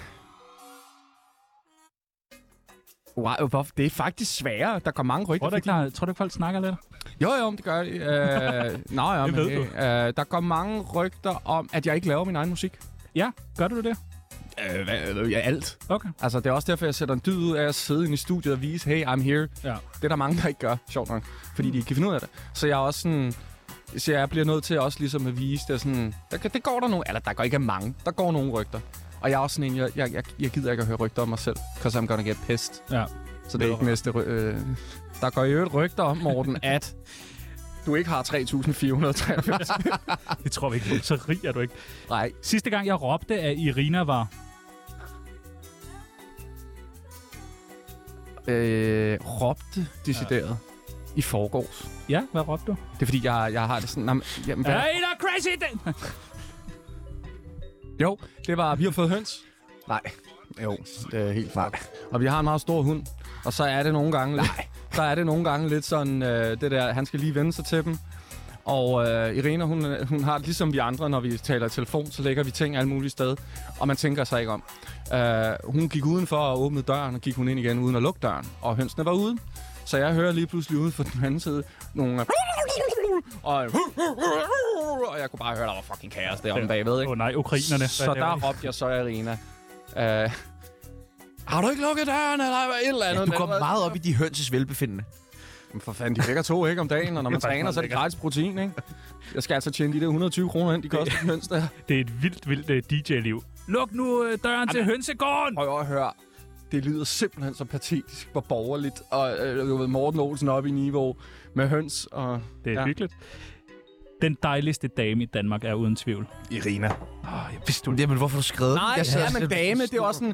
Wow, hvorfor- det er faktisk sværere. Der går mange rygter. Tror du ikke, der- tror du ikke folk snakker lidt? Jo, jo, det gør det. Øh, nej, ja, Det men ved det, du. øh, der går mange rygter om, at jeg ikke laver min egen musik. Ja, gør du det? Øh, hvad, ja, alt. Okay. Altså, det er også derfor, jeg sætter en dyd ud af at sidde inde i studiet og vise, hey, I'm here. Ja. Det er der mange, der ikke gør, sjovt nok. Fordi de ikke kan finde ud af det. Så jeg er også sådan... Så jeg bliver nødt til også ligesom at vise det sådan... Der, kan- det går der nogle... Eller der går ikke mange. Der går nogle rygter. Og jeg er også sådan en, jeg, jeg, jeg, jeg gider ikke at høre rygter om mig selv. Cause I'm gonna get pissed. Ja. Så det er ikke næste... ry- Øh, der går i øvrigt rygter om, Morten, at du ikke har 3.493. Det tror vi ikke. Så rig er du ikke. Nej, Sidste gang, jeg råbte, at Irina var... øh, råbte decideret ja. i forgårs. Ja, hvad råbte du? Det er fordi, jeg, jeg har det sådan... Jamen, jamen, hvad? Hey, der er crazy! Dan- Jo, det var, vi har fået høns. Nej. Jo, det er helt klart. Og vi har en meget stor hund, og så er det nogle gange lidt, så er det nogle gange lidt sådan, øh, det der, han skal lige vende sig til dem. Og øh, Irina, hun, hun har det ligesom vi andre, når vi taler i telefon, så lægger vi ting alle mulige steder, og man tænker sig ikke om. Øh, hun gik udenfor og åbnede døren, og gik hun ind igen uden at lukke døren, og hønsene var ude. Så jeg hører lige pludselig ude fra den anden side nogle... øh, Og, og jeg kunne bare høre, der var fucking kaos deromme bagved, ikke? Åh oh, nej, ukrainerne. Så der råbte jeg så Irina. Øh, har du ikke lukket døren, eller et eller andet? Du kom meget op i de hønses velbefindende. Men For fanden, de vækker to ikke om dagen, og når man faktisk træner, meget så er det lækkert. gratis protein, ikke? Jeg skal altså tjene de der 120 kroner ind, de koster den høns der. Det er et vildt, vildt uh, DJ-liv. Luk nu uh, døren til hønsegården! Prøv at høre. Det lyder simpelthen så patetisk, hvor borgerligt, og øh, du ved, Morten Olsen op i niveau med høns og... Det er ja. Ja. hyggeligt. Den dejligste dame i Danmark er uden tvivl. Irina. Oh, jeg vidste Det, men hvorfor har du skrevet Nej, Jeg jeg sidder ja, men sådan- dame, det er også sådan...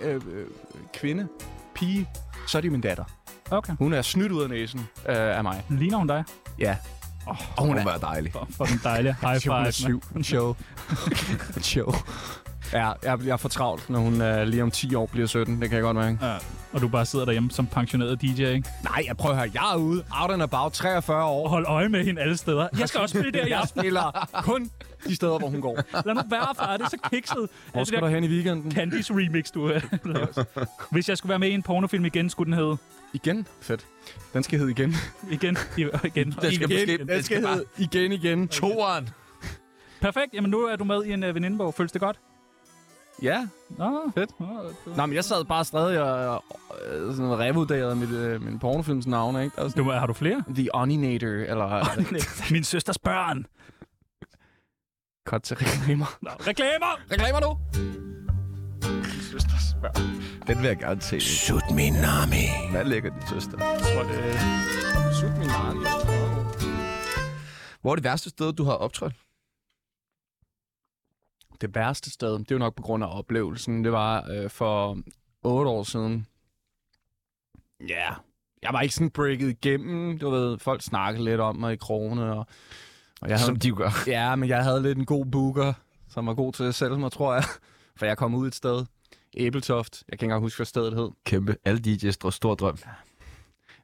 Øh, øh, kvinde, pige, så er det min datter. Okay. Hun er snydt ud af næsen øh, af mig. Ligner hun dig? Ja. Åh, hun er dejlig. For, for den dejlige high five. mand. 7. Show. Show. Ja, jeg, jeg er for travlt, når hun øh, lige om 10 år bliver 17. Det kan jeg godt mærke. Ja, og du bare sidder derhjemme som pensioneret DJ, ikke? Nej, jeg prøver at høre. Jeg er ude. Out and about. 43 Og år. hold øje med hende alle steder. Jeg skal også spille der i Jeg aften. spiller kun de steder, hvor hun går. Lad nu være, far. Det er så kikset. Hvor Alt skal det du der hen i weekenden? Candice remix, du er. Hvis jeg skulle være med i en pornofilm igen, skulle den hedde... Igen? Fedt. Den skal hedde igen. Igen, i- igen, og skal igen. måske- den skal bare igen igen. toeren. Perfekt. Jamen, nu er du med i en uh, venindebog. Føles det godt? Ja. Nå, Fedt. Nå, det- Nå, men jeg sad bare stadig og øh, sådan revurderede mit, øh, min pornofilms navne, ikke? Der var sådan, Du, øh, har du flere? The Oninator, eller... Min søsters børn. Cut til reklamer. Nå, reklamer! Reklamer nu! Den vil jeg gerne se. Shoot me, Nami. Hvad lægger din søster? Sut min navn. Hvor er det værste sted, du har optrådt? det værste sted, det er jo nok på grund af oplevelsen, det var øh, for otte år siden. Ja, yeah. jeg var ikke sådan breaket igennem, du ved, folk snakkede lidt om mig i krogene, og, og jeg havde, Som de jo gør. ja, men jeg havde lidt en god booker, som var god til at sælge mig, tror jeg, for jeg kom ud et sted, Æbeltoft, jeg kan ikke engang huske, hvad stedet hed. Kæmpe. Alle DJ's drøm, stor drøm.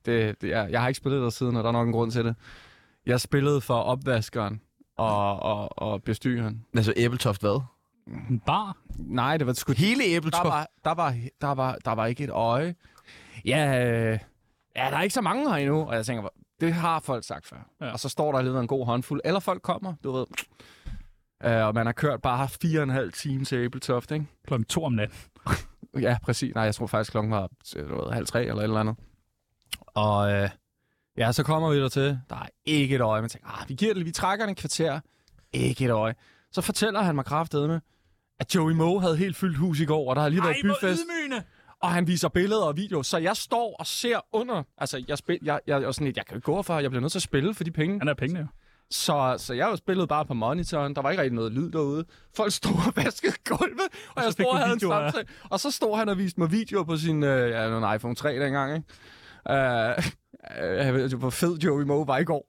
Det, det, jeg, jeg har ikke spillet der siden, og der er nok en grund til det. Jeg spillede for opvaskeren og, og, og bestyreren. Altså æbletoft hvad? En bar? Nej, det var sgu... Hele Der æbletoft? var, der, var, der, var, der var ikke et øje. Ja, øh, ja, der er ikke så mange her endnu. Og jeg tænker, "Hvor- det har folk sagt før. Ja. Ja. Og så står der lidt en god håndfuld. Eller folk kommer, du ved. Øh, og man har kørt bare fire og en halv time til Æbletoft, ikke? Klokken to om natten. Ja, præcis. Nej, jeg tror faktisk, klokken var øh, du ved, halv tre eller et eller andet. Og øh, ja, så kommer vi der til. Der er ikke et øje. Man tænker, ah, vi giver det, vi trækker den et kvarter. Ikke et øje. Så fortæller han mig kraftedeme, at Joey Moe havde helt fyldt hus i går, og der har lige været byfest. ydmygende! Og han viser billeder og videoer, så jeg står og ser under. Altså, jeg, spil, jeg, jeg, jeg, var sådan lidt, jeg kan jo ikke gå herfra, jeg bliver nødt til at spille for de penge. Han er pengene jo. Så, så jeg spillede bare på monitoren, der var ikke rigtig noget lyd derude. Folk stod og vaskede gulvet, og, og jeg så fik stod og du havde en videoer, ja. samtale. Og så stod han og viste mig videoer på sin øh, ja, en iPhone 3 dengang, ikke? Uh, jeg ved, hvor fed Joey Moe var i går.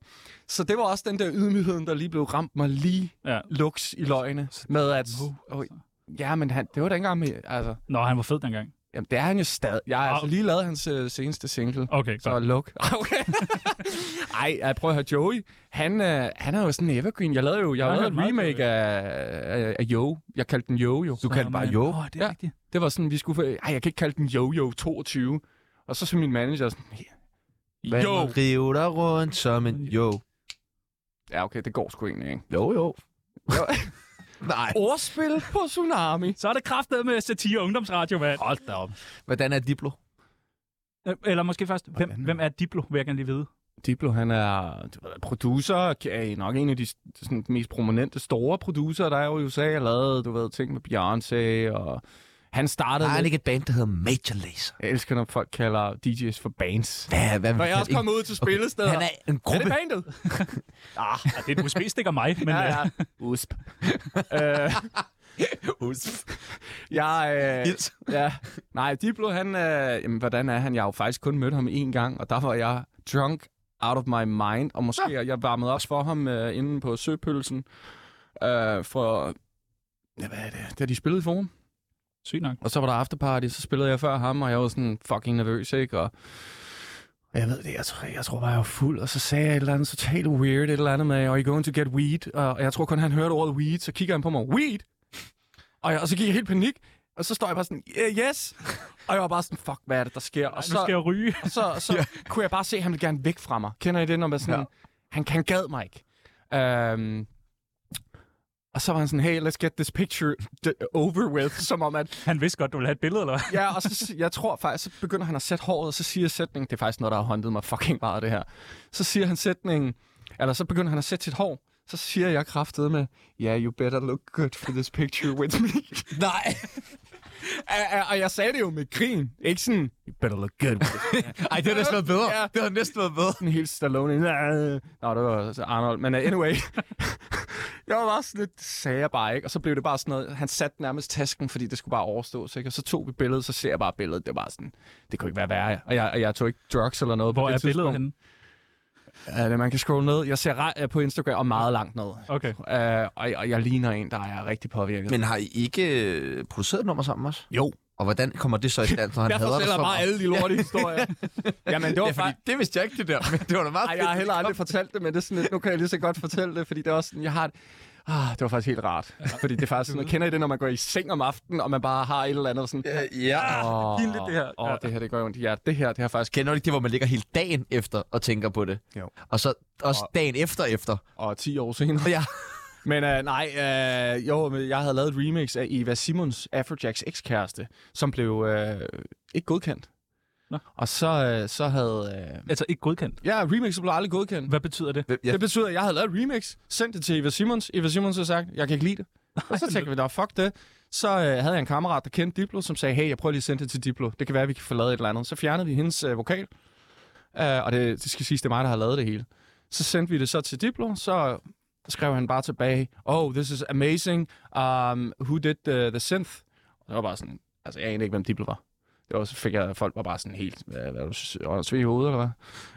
Så det var også den der ydmygheden, der lige blev ramt mig lige Ja. luks i løgene. Med at... altså. Oh, ja, men han, det var dengang med... Altså, Nå, han var fed dengang. Jamen, det er han jo stadig. Jeg har Au. altså lige lavet hans øh, seneste single. Okay, Så godt. luk. Okay. Ej, ja, prøv at høre, Joey, han, øh, han er jo sådan en evergreen. Jeg lavede jo jeg Ja, lavede han en er meget remake af, af, af Yo. Jeg kaldte den Yo, jo. Du kaldte bare men- jo. Åh, det er Ja. rigtigt. Det var sådan, vi skulle... få- Ej, jeg kan ikke kalde den Yo Yo 22. Og så så min manager sådan... "Ja, Yo! Vandet river dig rundt som en jo. Ja, okay, det går sgu egentlig, ikke? Jo, jo. Nej. Ordspil på Tsunami. Så er det kraftet med satire og ungdomsradio, mand. Hold da op. Hvordan er Diplo? Eller måske først, hvem, hvem er Diplo, vil jeg gerne lige vide. Diplo, han er du ved, producer, er nok en af de sådan, mest prominente store producer, der er jo i USA. Jeg lavede, du ved, ting med Beyoncé, og han startede... Der er med- ikke et band, der hedder Major Lazer. Jeg elsker, når folk kalder DJ's for bands. Hvad, hvad, Når jeg også kommet ud til spillesteder. Han er en er gruppe. det bandet? ah, Ja, det er et USB-stikker mig, men ja, ja. øh, Usp. Øh, Usp. Jeg, øh, Hils. ja, nej, Diplo, han, øh, jamen, hvordan er han? Jeg har jo faktisk kun mødt ham én gang, og der var jeg drunk out of my mind, og måske ja. jeg varmede op for ham øh, inde på Søpølsen, øh, for, ja, hvad er det, da de spillede i Forum. sygt nok. Og så var der afterparty, så spillede jeg før ham, og jeg var sådan fucking nervøs, ikke? Og og jeg ved det, jeg tror, jeg tror bare, jeg var fuld, og så sagde jeg et eller andet totalt weird, et eller andet med, are you going to get weed? Og og jeg tror kun, han hørte ordet weed, så kigger han på mig, weed? Og, jeg, og så gik jeg helt i panik, og så står jeg bare sådan, yeah, yes! Og jeg var bare sådan, fuck, hvad er det, der sker? Ej, Og nu skal så, jeg ryge. og så, så kunne jeg bare se, at han ville gerne væk fra mig. Kender I det, når man sådan, Ja. han, han gad mig ikke. Øhm, og så var han sådan, hey, let's get this picture d- over with, som om at Han vidste godt, du ville have et billede, eller hvad? ja, og så, jeg tror faktisk, så begynder han at sætte håret, og så siger sætningen, det er faktisk noget, der har håndtet mig fucking meget, det her. Så siger han sætningen, eller så begynder han at sætte sit hår, så siger jeg kraftet med, yeah, you better look good for this picture with me. Nej. A- a- og jeg sagde det jo med grin, ikke sådan, you better look good with this Ej, det har næsten været bedre. Ja. Det har næsten været bedre. sådan helt Stallone. Nå, det var så Arnold. Men uh, anyway. jeg var bare sådan lidt, det sagde jeg bare ikke. Og så blev det bare sådan noget, han satte nærmest tasken, fordi det skulle bare overstås. Ikke? Og så tog vi billedet, så ser jeg bare billedet. Det var sådan, det kunne ikke være værre. Og jeg, og jeg tog ikke drugs eller noget Hvor på det er billedet tidspunkt. henne? Uh, man kan scrolle ned. Jeg ser ret, uh, på Instagram og meget langt ned. Okay. Uh, og, og, jeg ligner en, der er rigtig påvirket. Men har I ikke øh, produceret et nummer sammen også? jo, Og hvordan kommer det så i stand, når han jeg hader dig fortæller så bare meget? alle de lorte historier. Jamen, det var Ja, fordi det vidste jeg ikke, det der. Men det var da meget Ej, fedt, jeg har heller det aldrig fortalt det, men det er sådan lidt, nu kan jeg lige så godt fortælle det, fordi det er også sådan, jeg har et, ah, det var faktisk helt rart. Fordi det er faktisk sådan, jeg kender I det, når man går i seng om aftenen, og man bare har et eller andet sådan, kom. Øh, Ja. åh, pinligt, det her. Ja. Åh, det her, det gør ondt. Ja, det her, det har faktisk, Kender du ikke det, hvor man ligger hele dagen efter og tænker på det? Jo. Og så også dagen efter efter. og 10 år senere. Ja. Men øh, nej, øh, jo, men jeg havde lavet et remix af Eva Simons Afrojacks ekskæreste, som blev øh, ikke godkendt. Nå. Og så, øh, så havde... Øh, Altså ikke godkendt. ja, remixet blev aldrig godkendt. Hvad betyder det? Ja. Ja. Det betyder, at jeg havde lavet et remix, sendt det til Eva Simons. Eva Simons har sagt, jeg kan ikke lide det. Og så tænkte vi, da fuck det. Så øh, havde jeg en kammerat, der kendte Diplo, som sagde, hey, jeg prøver lige at sende det til Diplo. Det kan være, vi kan få lavet et eller andet. Så fjernede vi hendes øh, vokal. Øh, og det, det skal siges, det er mig, der har lavet det hele. Så sendte vi det så til Diplo, så skrev han bare tilbage, oh, this is amazing. Um, who did the, the synth? Og det var bare sådan, altså jeg anede ikke, hvem Diplo var. Det var, så fik jeg, folk var bare sådan helt, hvad, hvad er du, s- åndssvig i hovedet, eller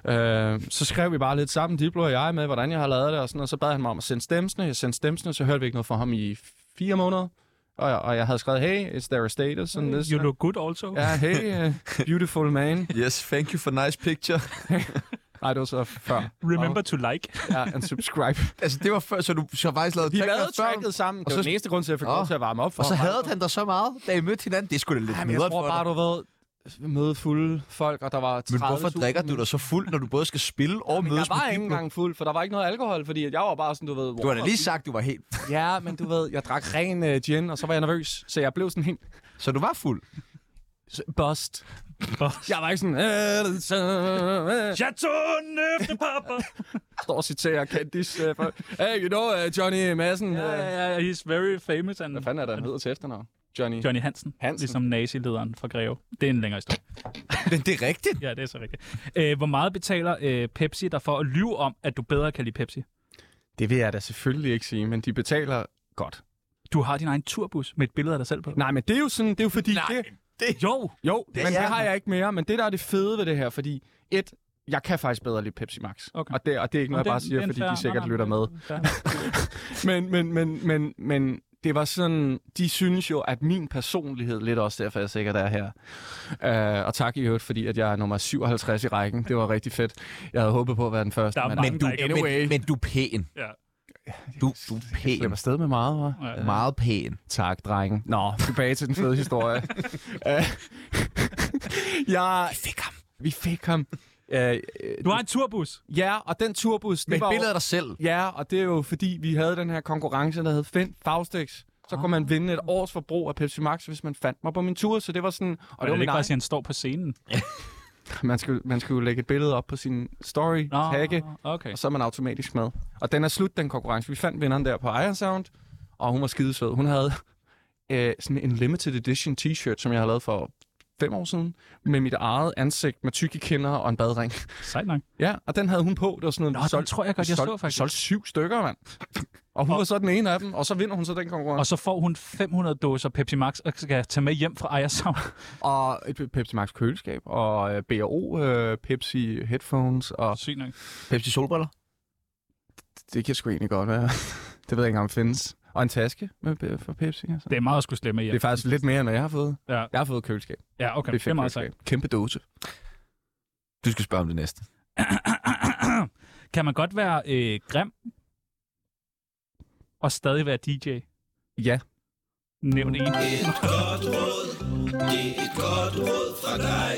hvad? Øh, så skrev vi bare lidt sammen, Diplo og jeg, med, hvordan jeg har lavet det, og sådan, og så bad han mig om at sende stemsene. Jeg sendte stemsene, så hørte vi ikke noget fra ham i fire måneder. Og jeg, og jeg havde skrevet, hey, is there a status? And this? You look good also. Ja, hey, uh, beautiful man. Yes, thank you for nice picture. Nej, det var så før. Remember to like. Ja, and subscribe. Altså, det var før, så du så faktisk lavede Vi tracket lavede før. tracket sammen. og Det var så- den eneste grund til, at jeg fik Åh. lov til at varme op for. Og så ham. havde han dig så meget, da I mødte hinanden. Det skulle sgu da lidt Jamen, jeg nederen tror for bare, dig. du ved, møde fulde folk, og der var 30 Men hvorfor drikker du dig så fuld, når du både skal spille og Men mødes jeg med var ikke Gitno? engang fuld, for der var ikke noget alkohol, fordi at jeg var bare sådan, du ved... Du har da wow. lige sagt, du var helt... Ja, men du ved, jeg drak ren uh, gin, og så var jeg nervøs, så jeg blev sådan helt Så du var fuld. s- bust. Bust. Jeg var ikke sådan... Øh, så, øh, Chateau papa. står og citerer Candice. Uh, for, hey, you know uh, Johnny Madsen. Uh, Ja, hvad ja, ja, he's very famous. And fanden er der, han hedder til efternavn? Johnny. Johnny Hansen, Hansen. ligesom nazilederen fra Greve. Det er en længere historie. Men det er rigtigt. Ja, det er så rigtigt. Æh, hvor meget betaler øh, Pepsi dig for at lyve om, at du bedre kan lide Pepsi? Det vil jeg da selvfølgelig ikke sige, men de betaler godt. Du har din egen turbus med et billede af dig selv på. Nej, men det er jo sådan, det er jo fordi... Nej, det, Jo, Jo, det, men ja. det har jeg ikke mere. Men det, der er det fede ved det her, fordi et, jeg kan faktisk bedre lide Pepsi Max. Okay. Og, det, og det er ikke noget, jeg bare siger, fordi de sikkert lytter med. Men, men, men, men, men det var sådan, de synes jo, at min personlighed, lidt også derfor jeg sikkert er her, øh, og tak i øvrigt, fordi at jeg er nummer 57 i rækken, det var rigtig fedt. Jeg havde håbet på at være den første, Der er men mange, jeg der ikke- anyway. men, men du er pæn. Ja. Du, du er pæn. slipper afsted med meget, hva'? Ja. Meget pæn. Tak, drengen. Nå, tilbage til den fede historie. Øh, jeg... Vi fik ham. Vi fik ham. Øh, øh, Du har en turbus. Ja, og den turbus, Men det var billedet af jo, dig selv. Ja, og det er jo fordi, vi havde den her konkurrence, der hed Find Faustix. Så kunne Ah. man vinde et års forbrug af Pepsi Max, hvis man fandt mig på min tur. Så det var sådan... Og Og det var det er min ikke egen. faktisk, at han står på scenen. Man skulle, man skulle lægge et billede op på sin story, Nå, tagge, okay. og så er man automatisk med. Og den er slut, den konkurrence. Vi fandt vinderen der på Iron Sound, og hun var skidesød. Hun havde øh, sådan en limited edition t-shirt, som jeg har lavet for fem år siden, med mit eget ansigt med tykke kinder og en badring. Sejt nok. Ja, og den havde hun på. Det var sådan noget, Nå, vi den solgte- tror jeg godt, vi jeg solgte- så faktisk. Vi solgte syv stykker, mand. Og hun og... var så den ene af dem, og så vinder hun så den Og konkurrence. så får hun 500 dåser Pepsi Max, og skal tage med hjem fra Ejersound. Og et Pe- Pepsi Max køleskab, og øh, B&O, øh, Pepsi headphones, og Sygt nok. Pepsi solbriller. det kan sgu egentlig godt være. det ved jeg ikke engang om findes. Og en taske med, Pe- fra Pepsi. Altså. Det er meget at skulle slemme Det hjem. er faktisk lidt mere, end hvad jeg har fået. Ja. Jeg har fået et køleskab. Ja, okay. Vi Det fik er meget sejt. køleskab. Kæmpe dose. Du skal spørge om det næste. Kan man godt være øh, grim og stadig være DJ? Ja. Nævn en. Det er et godt råd. Det er et godt råd fra dig.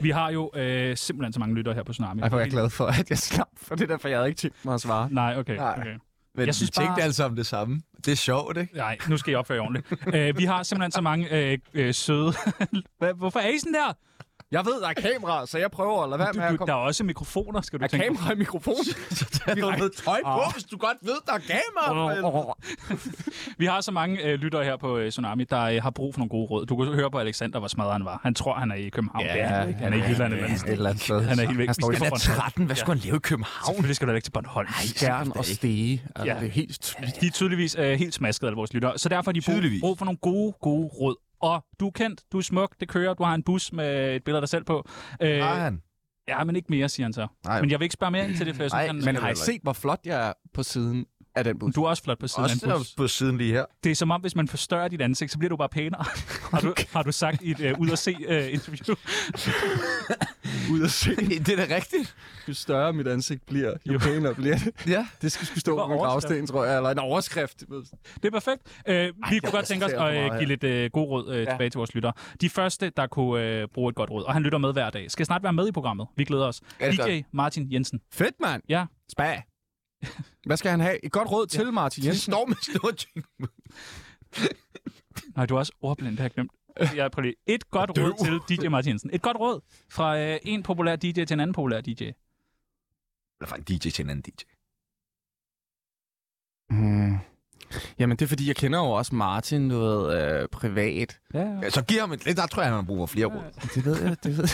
Vi har jo øh, simpelthen så mange lyttere her på Tsunami. Ej, hvor er jeg glad for, at jeg slap for det der, for jeg havde ikke tænkt mig at svare. Nej, okay. Nej. okay. Men Jeg jeg synes synes, vi tænkte bare- alle sammen det samme. Det er sjovt, ikke? Nej, nu skal I opføre jer ordentligt. Æ, vi har simpelthen så mange øh, øh, søde... Hva- Hvorfor er I sådan der? Jeg ved, der er kamera, så jeg prøver at lade være med at Du, du, der komme. er også mikrofoner, skal du Er tænke på. kamera i mikrofon? Du har noget tøj på, hvis du godt ved, der er kamera. Vi har så mange øh, lyttere her på øh, Tsunami, der øh, har brug for nogle gode råd. Du kunne høre på Alexander, hvor smadret han var. Han tror, han er i København. Ja, det er han, ikke. han er i Jylland eller andet Et sted. eller andet sted. Han er helt væk. Han står i Han er for træt. 13. Hvad skulle han lave i København? Selvfølgelig skal du da ikke til Bornholm. skærn og stege. Altså, Ja. Det er helt tydeligt. De er tydeligvis øh, helt smaskede, alle vores lyttere. Så derfor har de brug, Tydeligvis. brug for nogle gode, gode råd. Og du er kendt, du er smuk, det kører, du har en bus med et billede af dig selv på. Øh, Har han? ja, men ikke mere, siger han så. Nej. Men jeg vil ikke spørge mere ind til det, for jeg synes, Nej, han, Men Jeg har I ved det set, hvor flot jeg er på siden af den bus? du er også flot på siden af Også en der bus. på siden lige her. Det er som om, hvis man forstørrer dit ansigt, så bliver du bare pænere. har, du, har du sagt i et øh, ud at se øh, interview? ud og se. det er da rigtigt. Jo større mit ansigt bliver, jo pænere bliver det. Ja. Det skal skulle stå var på en overskrift. gravsten, tror jeg. Eller en overskrift. du ved. Det er perfekt. Øh, vi kunne godt tænke os interesserer at mig øh, meget give lidt øh, god råd øh, tilbage til vores lyttere. De første, der kunne øh, bruge et godt råd, og han lytter med hver dag, skal snart være med i programmet. Vi glæder os. det DJ Martin Jensen. Fedt, mand. Ja. Spa. Hvad skal han have? Et godt råd til, Martin Det Jensen. står med store ting. Nej, du er også ordblind, det har jeg glemt. Jeg prøver lige. Et godt Døv. råd til DJ Martin Jensen. Et godt råd fra øh, en populær DJ til en anden populær DJ. Eller fra en DJ til en anden DJ. Mm. Jamen, det er fordi, jeg kender jo også Martin, du ved, øh, privat. Ja, ja. Ja, så giv ham en... Der tror jeg, han har brug for flere råd. Det ved jeg, det ved,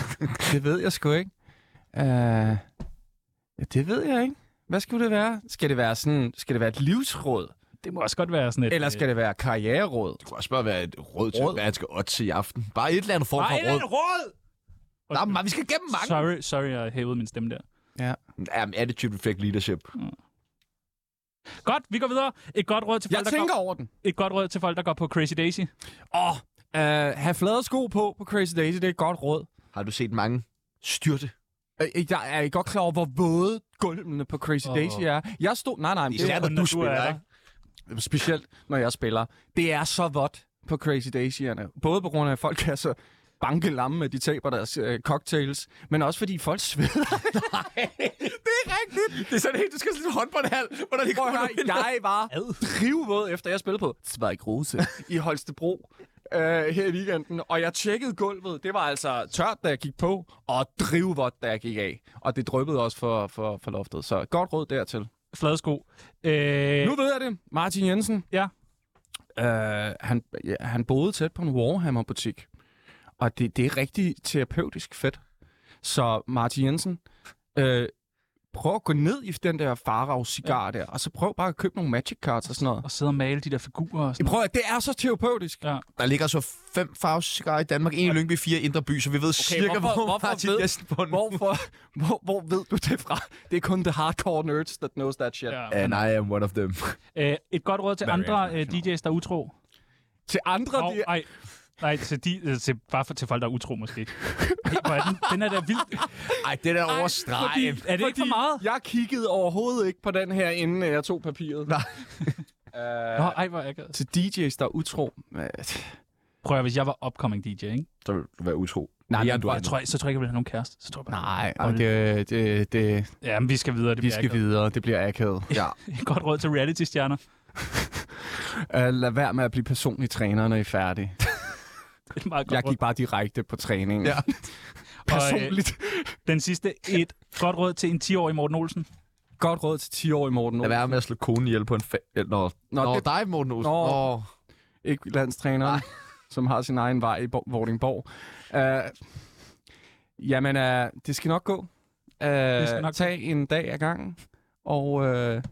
det ved jeg sgu ikke. Uh, ja, det ved jeg ikke. Hvad skulle det være? Skal det være sådan, skal det være et livsråd? Det må også godt være sådan et... øh, Eller skal det være karriereråd? Det kunne også bare være et råd til, Råd. hvad han skal otte til i aften. Bare et eller andet form Bare for et eller råd. andet råd! Der er, vi skal gennem mange. Sorry, sorry, jeg hævede min stemme der. Jamen, attitude reflect leadership. Godt, vi går videre. Et godt råd til folk, Jeg der tænker over den. går, et godt råd til folk, der går på Crazy Daisy. Åh, oh, uh, have flade sko på på Crazy Daisy, det er et godt råd. Har du set mange styrte Øh, Jeg er I godt klar over, hvor våde gulvene på Crazy Åh. Daisy er. Jeg stod... Nej, nej. men Især, når det kun, du når du spiller, er der. ikke? specielt når jeg spiller. Det er så vådt på Crazy Daisy'erne. Både på grund af, at folk er så bankelamme, at de taber deres øh, cocktails, men også fordi folk sveder. det er rigtigt. Det er sådan helt, du skal sådan en håndboldhal, hvor der lige Prøv at kommer høre, jeg var drivvåd, efter jeg spillede på Zweig Rose i Holstebro øh, her i weekenden, og jeg tjekkede gulvet. Det var altså tørt, da jeg gik på, og drivvådt, da jeg gik af. Og det dryppede også for, for, for loftet, så godt råd dertil. Fladesko. Øh, Nu ved jeg det. Martin Jensen. Ja. Øh, han, ja, han boede tæt på en Warhammer-butik. Og det, det er rigtig terapeutisk fedt. Så Martin Jensen, øh, prøv at gå ned i den der Farag-cigar ja. der, og så prøv bare at købe nogle magic cards og sådan noget. og sidde og male de der figurer og sådan Prøv at, det er så terapeutisk. Ja. Der ligger så fem farvecigarer i Danmark, en i Lyngby, fire i Indre By, så vi ved okay, cirka, hvorfor- hvor hvorfor Martin ved- Jensen på den. Hvorfor, hvor, hvor ved du det fra? Det er kun the hardcore nerds, that knows that shit. Ja. noget. And I am one of them. Ja. Øh, et godt råd til Very andre øh, international. DJ's, der er utro. Til andre, Åh, de, ej. Nej, til, de, øh, til, bare for, til folk, der er utro måske. Ej, hvor er den, den er da vildt. Ej, det der over stregen. Er det ikke for meget? jeg kiggede overhovedet ikke på den her, inden øh, jeg tog papiret. Nej. Øh, Nå, ej, hvor er jeg til DJ's, der er utro. Øh, Prøv at, hvis jeg var upcoming DJ, ikke? Så vil du være utro. Nej, Mere, men end du Og er jeg nu. tror, jeg, så tror jeg ikke, jeg vil have nogen kæreste. Så tror jeg bare, Nej, Hold og det, det, det, Ja, men vi skal videre. Det vi bliver skal akavet. videre. Det bliver akavet. Ja. Et godt råd til reality-stjerner. Uh, lad være med at blive personlig træner, når I er færdige. Det er et meget godt Jeg råd. gik bare direkte på træning. Ja. Personligt. Den sidste, et godt råd til en 10-årig Morten Olsen. Godt råd til 10 år i Morten. Lad Olsen. være med at slå konen ihjel på en fa... Nå, Nå, Nå det- dig, Morten Olsen. Nå. Nå. Ikke landstræneren, som har sin egen vej i Bo- Vordingborg. Uh, jamen, uh, det skal nok gå. Uh, det skal nok gå. Tag en dag ad gangen, og uh, det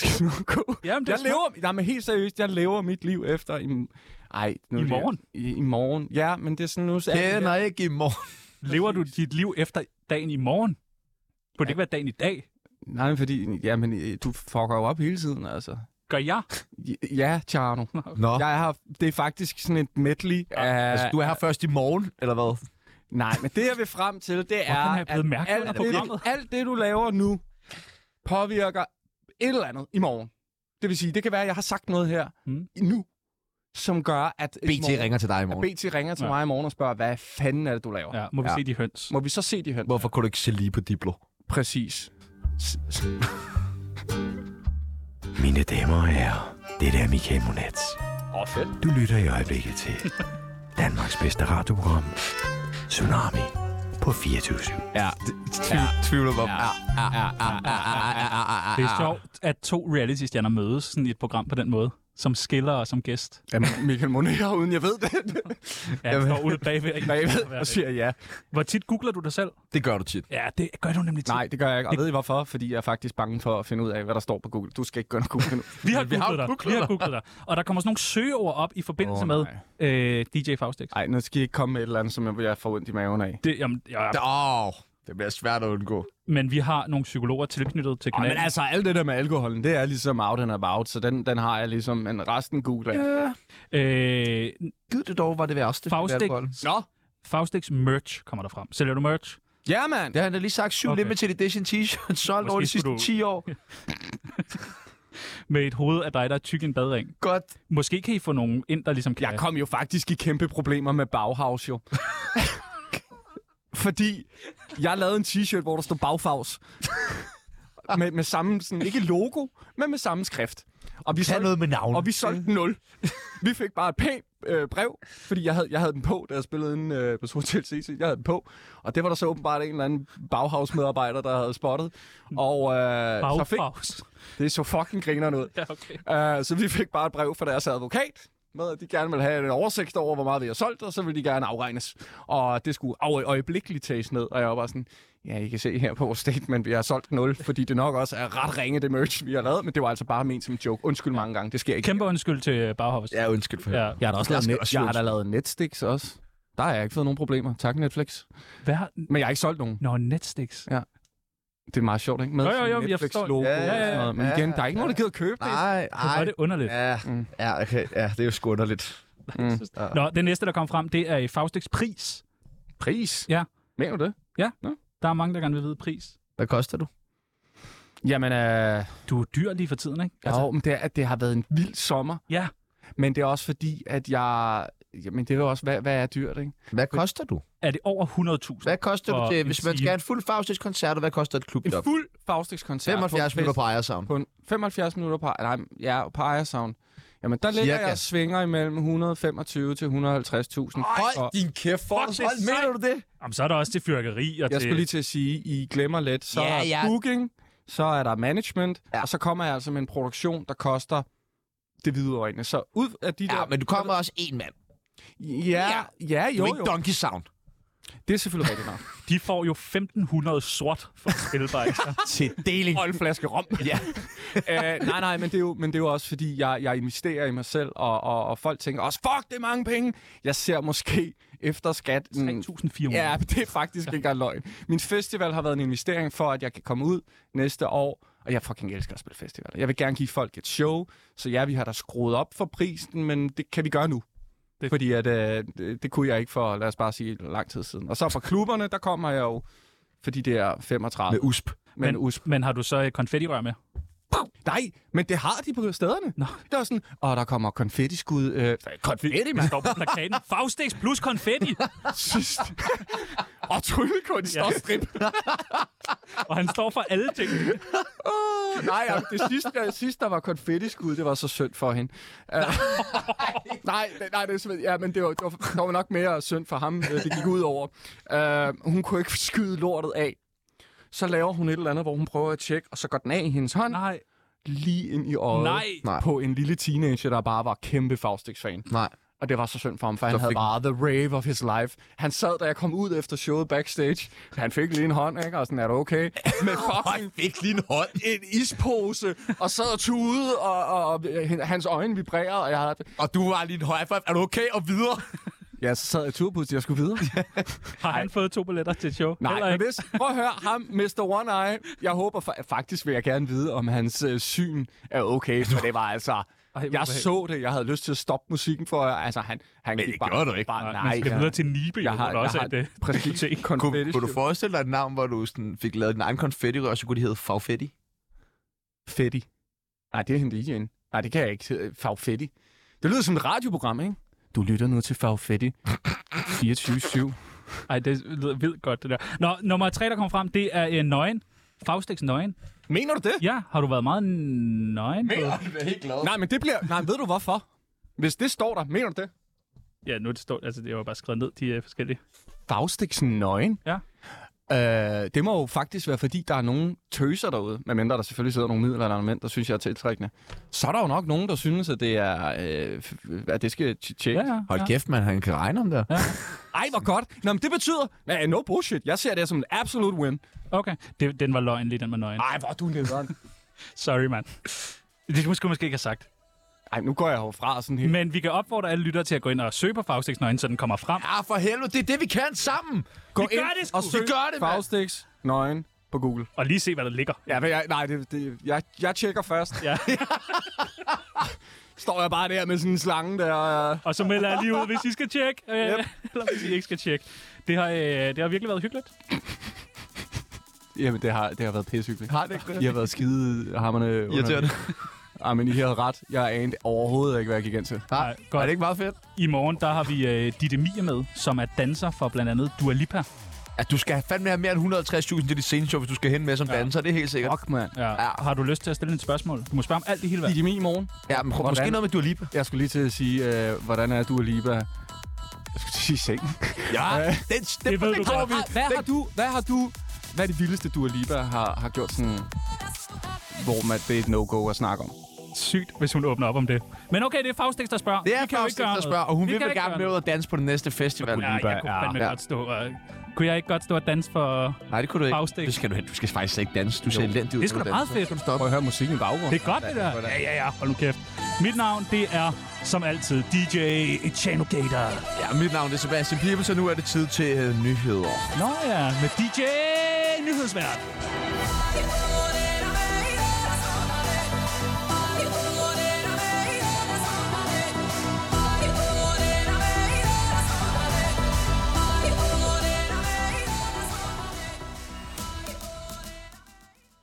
skal nok gå. Jamen, Jeg lever, jamen helt seriøst, jeg lever mit liv efter i... Ej, nu I er det- morgen? I, I morgen. Ja, men det er sådan nu... Så Kender ikke i morgen. Lever du dit liv efter dagen i morgen? Burde det ikke være dagen i dag? Nej, men fordi... Jamen, øh, du fucker jo op hele tiden, altså. Gør jeg? J- Ja, Tjerno. Nå. Jeg har, det er faktisk sådan et medley af... Altså, du er her først i morgen, eller hvad? Nej, men det, jeg vil frem til, det er, er jeg blevet at mærkelig under alt det, programmet? alt det, du laver nu, påvirker et eller andet i morgen. Det vil sige, det kan være, at jeg har sagt noget her Mm. nu, som gør, at... i BT morgen- ringer til dig i morgen. at BT ringer til Ja. mig i morgen og spørger, hvad fanden er det, du laver? Ja, må vi Ja. se de høns. Må vi så se de her? Hvorfor kunne du ikke se lige på Diplo? Præcis. Mine damer og herrer, det er Michael Monats. Åh, fedt. Du lytter i øjeblikket til Danmarks bedste radioprogram, Tsunami på 24 Ja. Tv- Tvivler mig om. Ja. Det er sjovt, at to reality-stjerner mødes sådan i et program på den måde. Som skiller og som gæst. Jamen, Michael Monet uden jeg ved det. Ja, jeg står ude bagved. ikke? bagved og siger ja. Hvor tit googler du dig selv? Det gør du tit. Ja, det gør du nemlig tit. Nej, det gør jeg ikke. Og ved I hvorfor? Fordi jeg er faktisk bange for at finde ud af, hvad der står på Google. Du skal ikke gøre noget Google nu. Vi har, Vi har googlet dig. googlet Vi har dig. googlet dig. Og der kommer sådan nogle søgeord op i forbindelse Åh, oh, med øh, DJ Faustix. Nej, nu skal I ikke komme med et eller andet, som jeg- jeg får ondt i maven af. Det, jamen, ja, Åh, oh, det bliver svært at undgå. men vi har nogle psykologer tilknyttet til Ej, kanalen. men altså, alt det der med alkoholen, det er ligesom out and about, så den, den har jeg ligesom, men resten googler jeg. øh, Gid det dog var det værste. Faustix, Nå, Faustix merch kommer der frem. Sælger du merch? ja mand! Det har han da lige sagt. Syv Okay. okay. limited edition t-shirts solgt Måske over de sidste skulle du- 10 år. med et hoved af dig, der er tyk i en badring. Godt. Måske kan I få nogen ind, der ligesom kan... Jeg kom jo faktisk i kæmpe problemer med Bauhaus jo. Fordi jeg lavede en t-shirt, hvor der stod Bauhaus. med, med samme, sådan, ikke logo, men med samme skrift. Og vi, Tag solgte, noget med navn. og vi solgte nul. Vi fik bare et pænt øh, brev, fordi jeg havde, jeg havde den på, da jeg spillede inde øh, på Hotel CC. Jeg havde den på, og det var der så åbenbart en eller anden Bauhaus-medarbejder, der havde spottet. Og øh, så fik, Bagfaus. det så fucking grinerne ud. Ja, okay. Uh, så vi fik bare et brev fra deres advokat, med at de gerne ville have en oversigt over, hvor meget vi har solgt, og så ville de gerne afregnes. Og det skulle af øjeblikkeligt tages ned, og jeg var bare sådan, ja, I kan se her på vores statement, vi har solgt 0, fordi det nok også er ret ringe, det merch, vi har lavet, men det var altså bare ment som en joke. Undskyld mange gange, det sker ikke. Kæmpe undskyld til øh, Bauhaus. Ja, undskyld for ja. ja. Jeg har da også lavet net- jeg har da lavet Netflix også. Der har jeg ikke fået nogen problemer. Tak Netflix. Hvad har... Men jeg har ikke solgt nogen. Nå, Netflix. Det er meget sjovt, ikke? Med Jo, jo, sådan jo, jeg Netflix forstår. logo Ja, og ja, sådan noget. Men ja, igen, der er ikke ja. nogen, der gider købe det. Nej, Hvor er nej. det underligt. Ja, Mm. ja, okay. ja, det er jo sgu underligt. Mm. Nå, det næste, der kom frem, det er i Faustix pris. Pris? Ja. Mener du det? Ja. Nå? Der er mange, der gerne vil vide pris. Hvad koster du? Jamen, øh, Du er dyr lige for tiden, ikke? altså, jo, men det, er, at det har været en vild sommer. Ja. Men det er også fordi, at jeg... Jamen, det er jo også, hvad, hvad er dyrt, ikke? Hvad koster du? Er det over 100.000? Hvad koster du For til, en hvis man skal time. have en fuld fagstisk koncert, og hvad koster et En klubjob? fuld Faustix-koncert. 75 minutter på Ejersound. på en 75 minutter på, ah, nej, ja, på Ejersound. Jamen, der ligger Cirka. jeg og svinger imellem 125 til 150.000. Hold Og din kæft, for Fuck, det er Hold, mener du det? Jamen, så er der også til fyrkeri jeg og til... skulle lige til at sige, I glemmer lidt. Så Ja, ja, er ja. der booking, så er der management, Ja. ja. og så kommer jeg altså med en produktion, der koster det hvide øjne. Så ud af de Ja, der... men du kommer også en mand. Ja, ja, Du jo, er jo. ikke Donkey Sound. Det er selvfølgelig rigtigt nok. De får jo 1.500 sort for at spille bare ekstra. Mm. Til deling. Og en flaske rom. ja. Æh, nej, nej, men det, er jo, men det er jo også, fordi jeg, jeg investerer i mig selv, og, og, og folk tænker også, fuck, det er mange penge. Jeg ser måske efter skat... en- 3.400. Ja, men det er faktisk ikke engang løgn. Min festival har været en investering for, at jeg kan komme ud næste år, og jeg fucking elsker at spille festivaler. Jeg vil gerne give folk et show, så ja, vi har da skruet op for prisen, men det kan vi gøre nu. Det. Fordi at, øh, det, det kunne jeg ikke for, lad os bare sige, lang tid siden. Og så fra klubberne, der kommer jeg jo, fordi det er 35. Med usp. men, men usp. Men har du så et konfettirør med? Nej, men det har de på stederne. Nå. Det var sådan, og der kommer konfettiskud. Øh, konfetti, Det mand. står på plakaten. Faustix plus konfetti. og tryllekunst Ja. ja. og strip. Og han står for alle ting. Nej, ja, det sidste, det sidste, der var konfettiskud, det var så synd for hende. Uh, nej, det- nej, det er simpelthen, ja, men det var, det var, det var nok mere synd for ham, øh, det gik ud over. Uh, hun kunne ikke skyde lortet af. Så laver hun et eller andet, hvor hun prøver at tjekke, og så går den af i hendes hånd, Nej, lige ind i øjet nej. Nej. på en lille teenager, der bare var kæmpe Faustix-fan. Nej. Og det var så synd for ham, for han Så havde fik- bare the rave of his life. Han sad, da jeg kom ud efter showet backstage. Han fik lige en hånd, ikke? Og sådan, er det okay? Med fucking fik lige en hånd. en ispose, og sad og tude, og, og, og øh, hans øjne vibrerede, og jeg havde... Og du var lige en high five. Er du okay? Og videre. Ja, så sad jeg i turbussen, jeg skulle videre. Har han fået to billetter til et show? Nej, Heller men ikke. hvis, prøv at høre ham, Mr. One Eye. Jeg håber, fa- faktisk vil jeg gerne vide, om hans øh, syn er okay, for det var altså... hvor jeg ubehageligt. så det, jeg havde lyst til at stoppe musikken for, altså han, han Men gik det bare, gjorde du ikke. Bare, Nej, nej, man Ah, skal jeg- videre til Nibe, jeg har, også jeg har, et præcis diskotek. Kunne, konfetti. kunne du forestille dig et navn, hvor du sådan fik lavet din egen konfetti, og så kunne de hedde Fagfetti? Fetti. Nej, det er hende DJ'en. Nej, det kan jeg ikke. Fagfetti. Det lyder som et radioprogram, ikke? Du lytter nu til Fagfetti 24-7. Ej, det lyder vildt godt, det der. Nå, nummer tre, der kom frem, det er øh, nøgen. Faustix nøgen. Mener du det? Ja, har du været meget nøgen? på- Nej, men det bliver... Nej, ved du hvorfor? Hvis det står der, mener du det? Ja, nu er det stort. Altså, det er jo bare skrevet ned, de øh, forskellige. Fagstiksen nøgen? Ja. Øh, det må jo faktisk være, fordi der er nogle tøser derude, medmindre der selvfølgelig sidder nogle midler mænd, der synes, jeg er tiltrækkende. Så er der jo nok nogen, der synes, at det er, øh, f- at det skal t- tjekkes. Ja, ja. Hold kæft, man. Han kan regne om det. Ej, hvor godt. Nå, men det betyder... Nej, no bullshit. Jeg ser det som en absolute win. Okay, det, den var løgn lige, den var nøgen. Ej, hvor er du nederen. Sorry, mand. Det skulle jeg måske ikke have sagt. Ej, nu går jeg herfra sådan helt. Men vi kan opfordre alle lyttere til at gå ind og søge på Faustix nøgen, så den kommer frem. Ja, for helvede. Det er det, vi kan sammen. Gå Vi gør det sgu. og Vi søg gør det, mand. Faustix nøgen på Google. Og lige se, hvad der ligger. Ja, men jeg, nej, det, det, jeg, jeg tjekker først. Ja. Står jeg bare der med sådan en slange der. øh. Og så melder jeg lige ud, hvis I skal tjekke, øh, Yep. eller hvis I ikke skal tjekke. Det har, øh, det har virkelig været hyggeligt. Jamen, det har, det har været pissehyggeligt. Har det ikke det? I har været skide hammerne. Irriterende. Ej, men I havde ret. Jeg anede overhovedet ikke, hvad jeg gik ind til. Nej, Nej, er godt. det ikke meget fedt? I morgen, der har vi øh, Ditte Mie med, som er danser for blandt andet Dua Lipa. At du skal fandme have mere end 160.000 til dit seneste show, hvis du skal hen med som danser. Det er helt sikkert. Fuck, mand. Ja. Ja. Har du lyst til at stille et spørgsmål? Du må spørge om alt i hele verden. Didi Mi i morgen. Ja, men prøv, Hvordan? måske noget med Dua Lipa. Jeg skulle lige til at sige, øh, hvordan er du og Liba? Jeg skulle til at sige Øh. seng. Ja, den, den, Det ved du tror godt. vi. Hvad har du... Hvad har du... Hvad er det vildeste, du og Liba har, har gjort sådan... Hvor man, det er et no-go at snakke om? Sygt, hvis hun åbner op om det. Men okay, det er Faustix, der spørger. Det Vi er kan jo Faustix, ikke gøre der noget. spørger, og hun Vi vil kan vel ikke gerne gøre med ud og danse på den næste festival. noget. Ja, jeg kunne Ja, fandme ja. godt stå. Øh, kunne jeg ikke godt stå og danse for... Nej, det kunne du ikke. Faustix. Det skal du, hen. du skal faktisk slet ikke danse. Du ser elendig ud. Det er sgu når da du meget danser. fedt. Prøv at høre musikken i baggrunden. Det er godt, det der. Ja, ja, ja. Hold nu kæft. Mit navn, det er som altid DJ Chano Gator. Ja, mit navn er Sebastian Pibels, og nu er det tid til øh, nyheder. Nå ja, med DJ Nyhedsvært.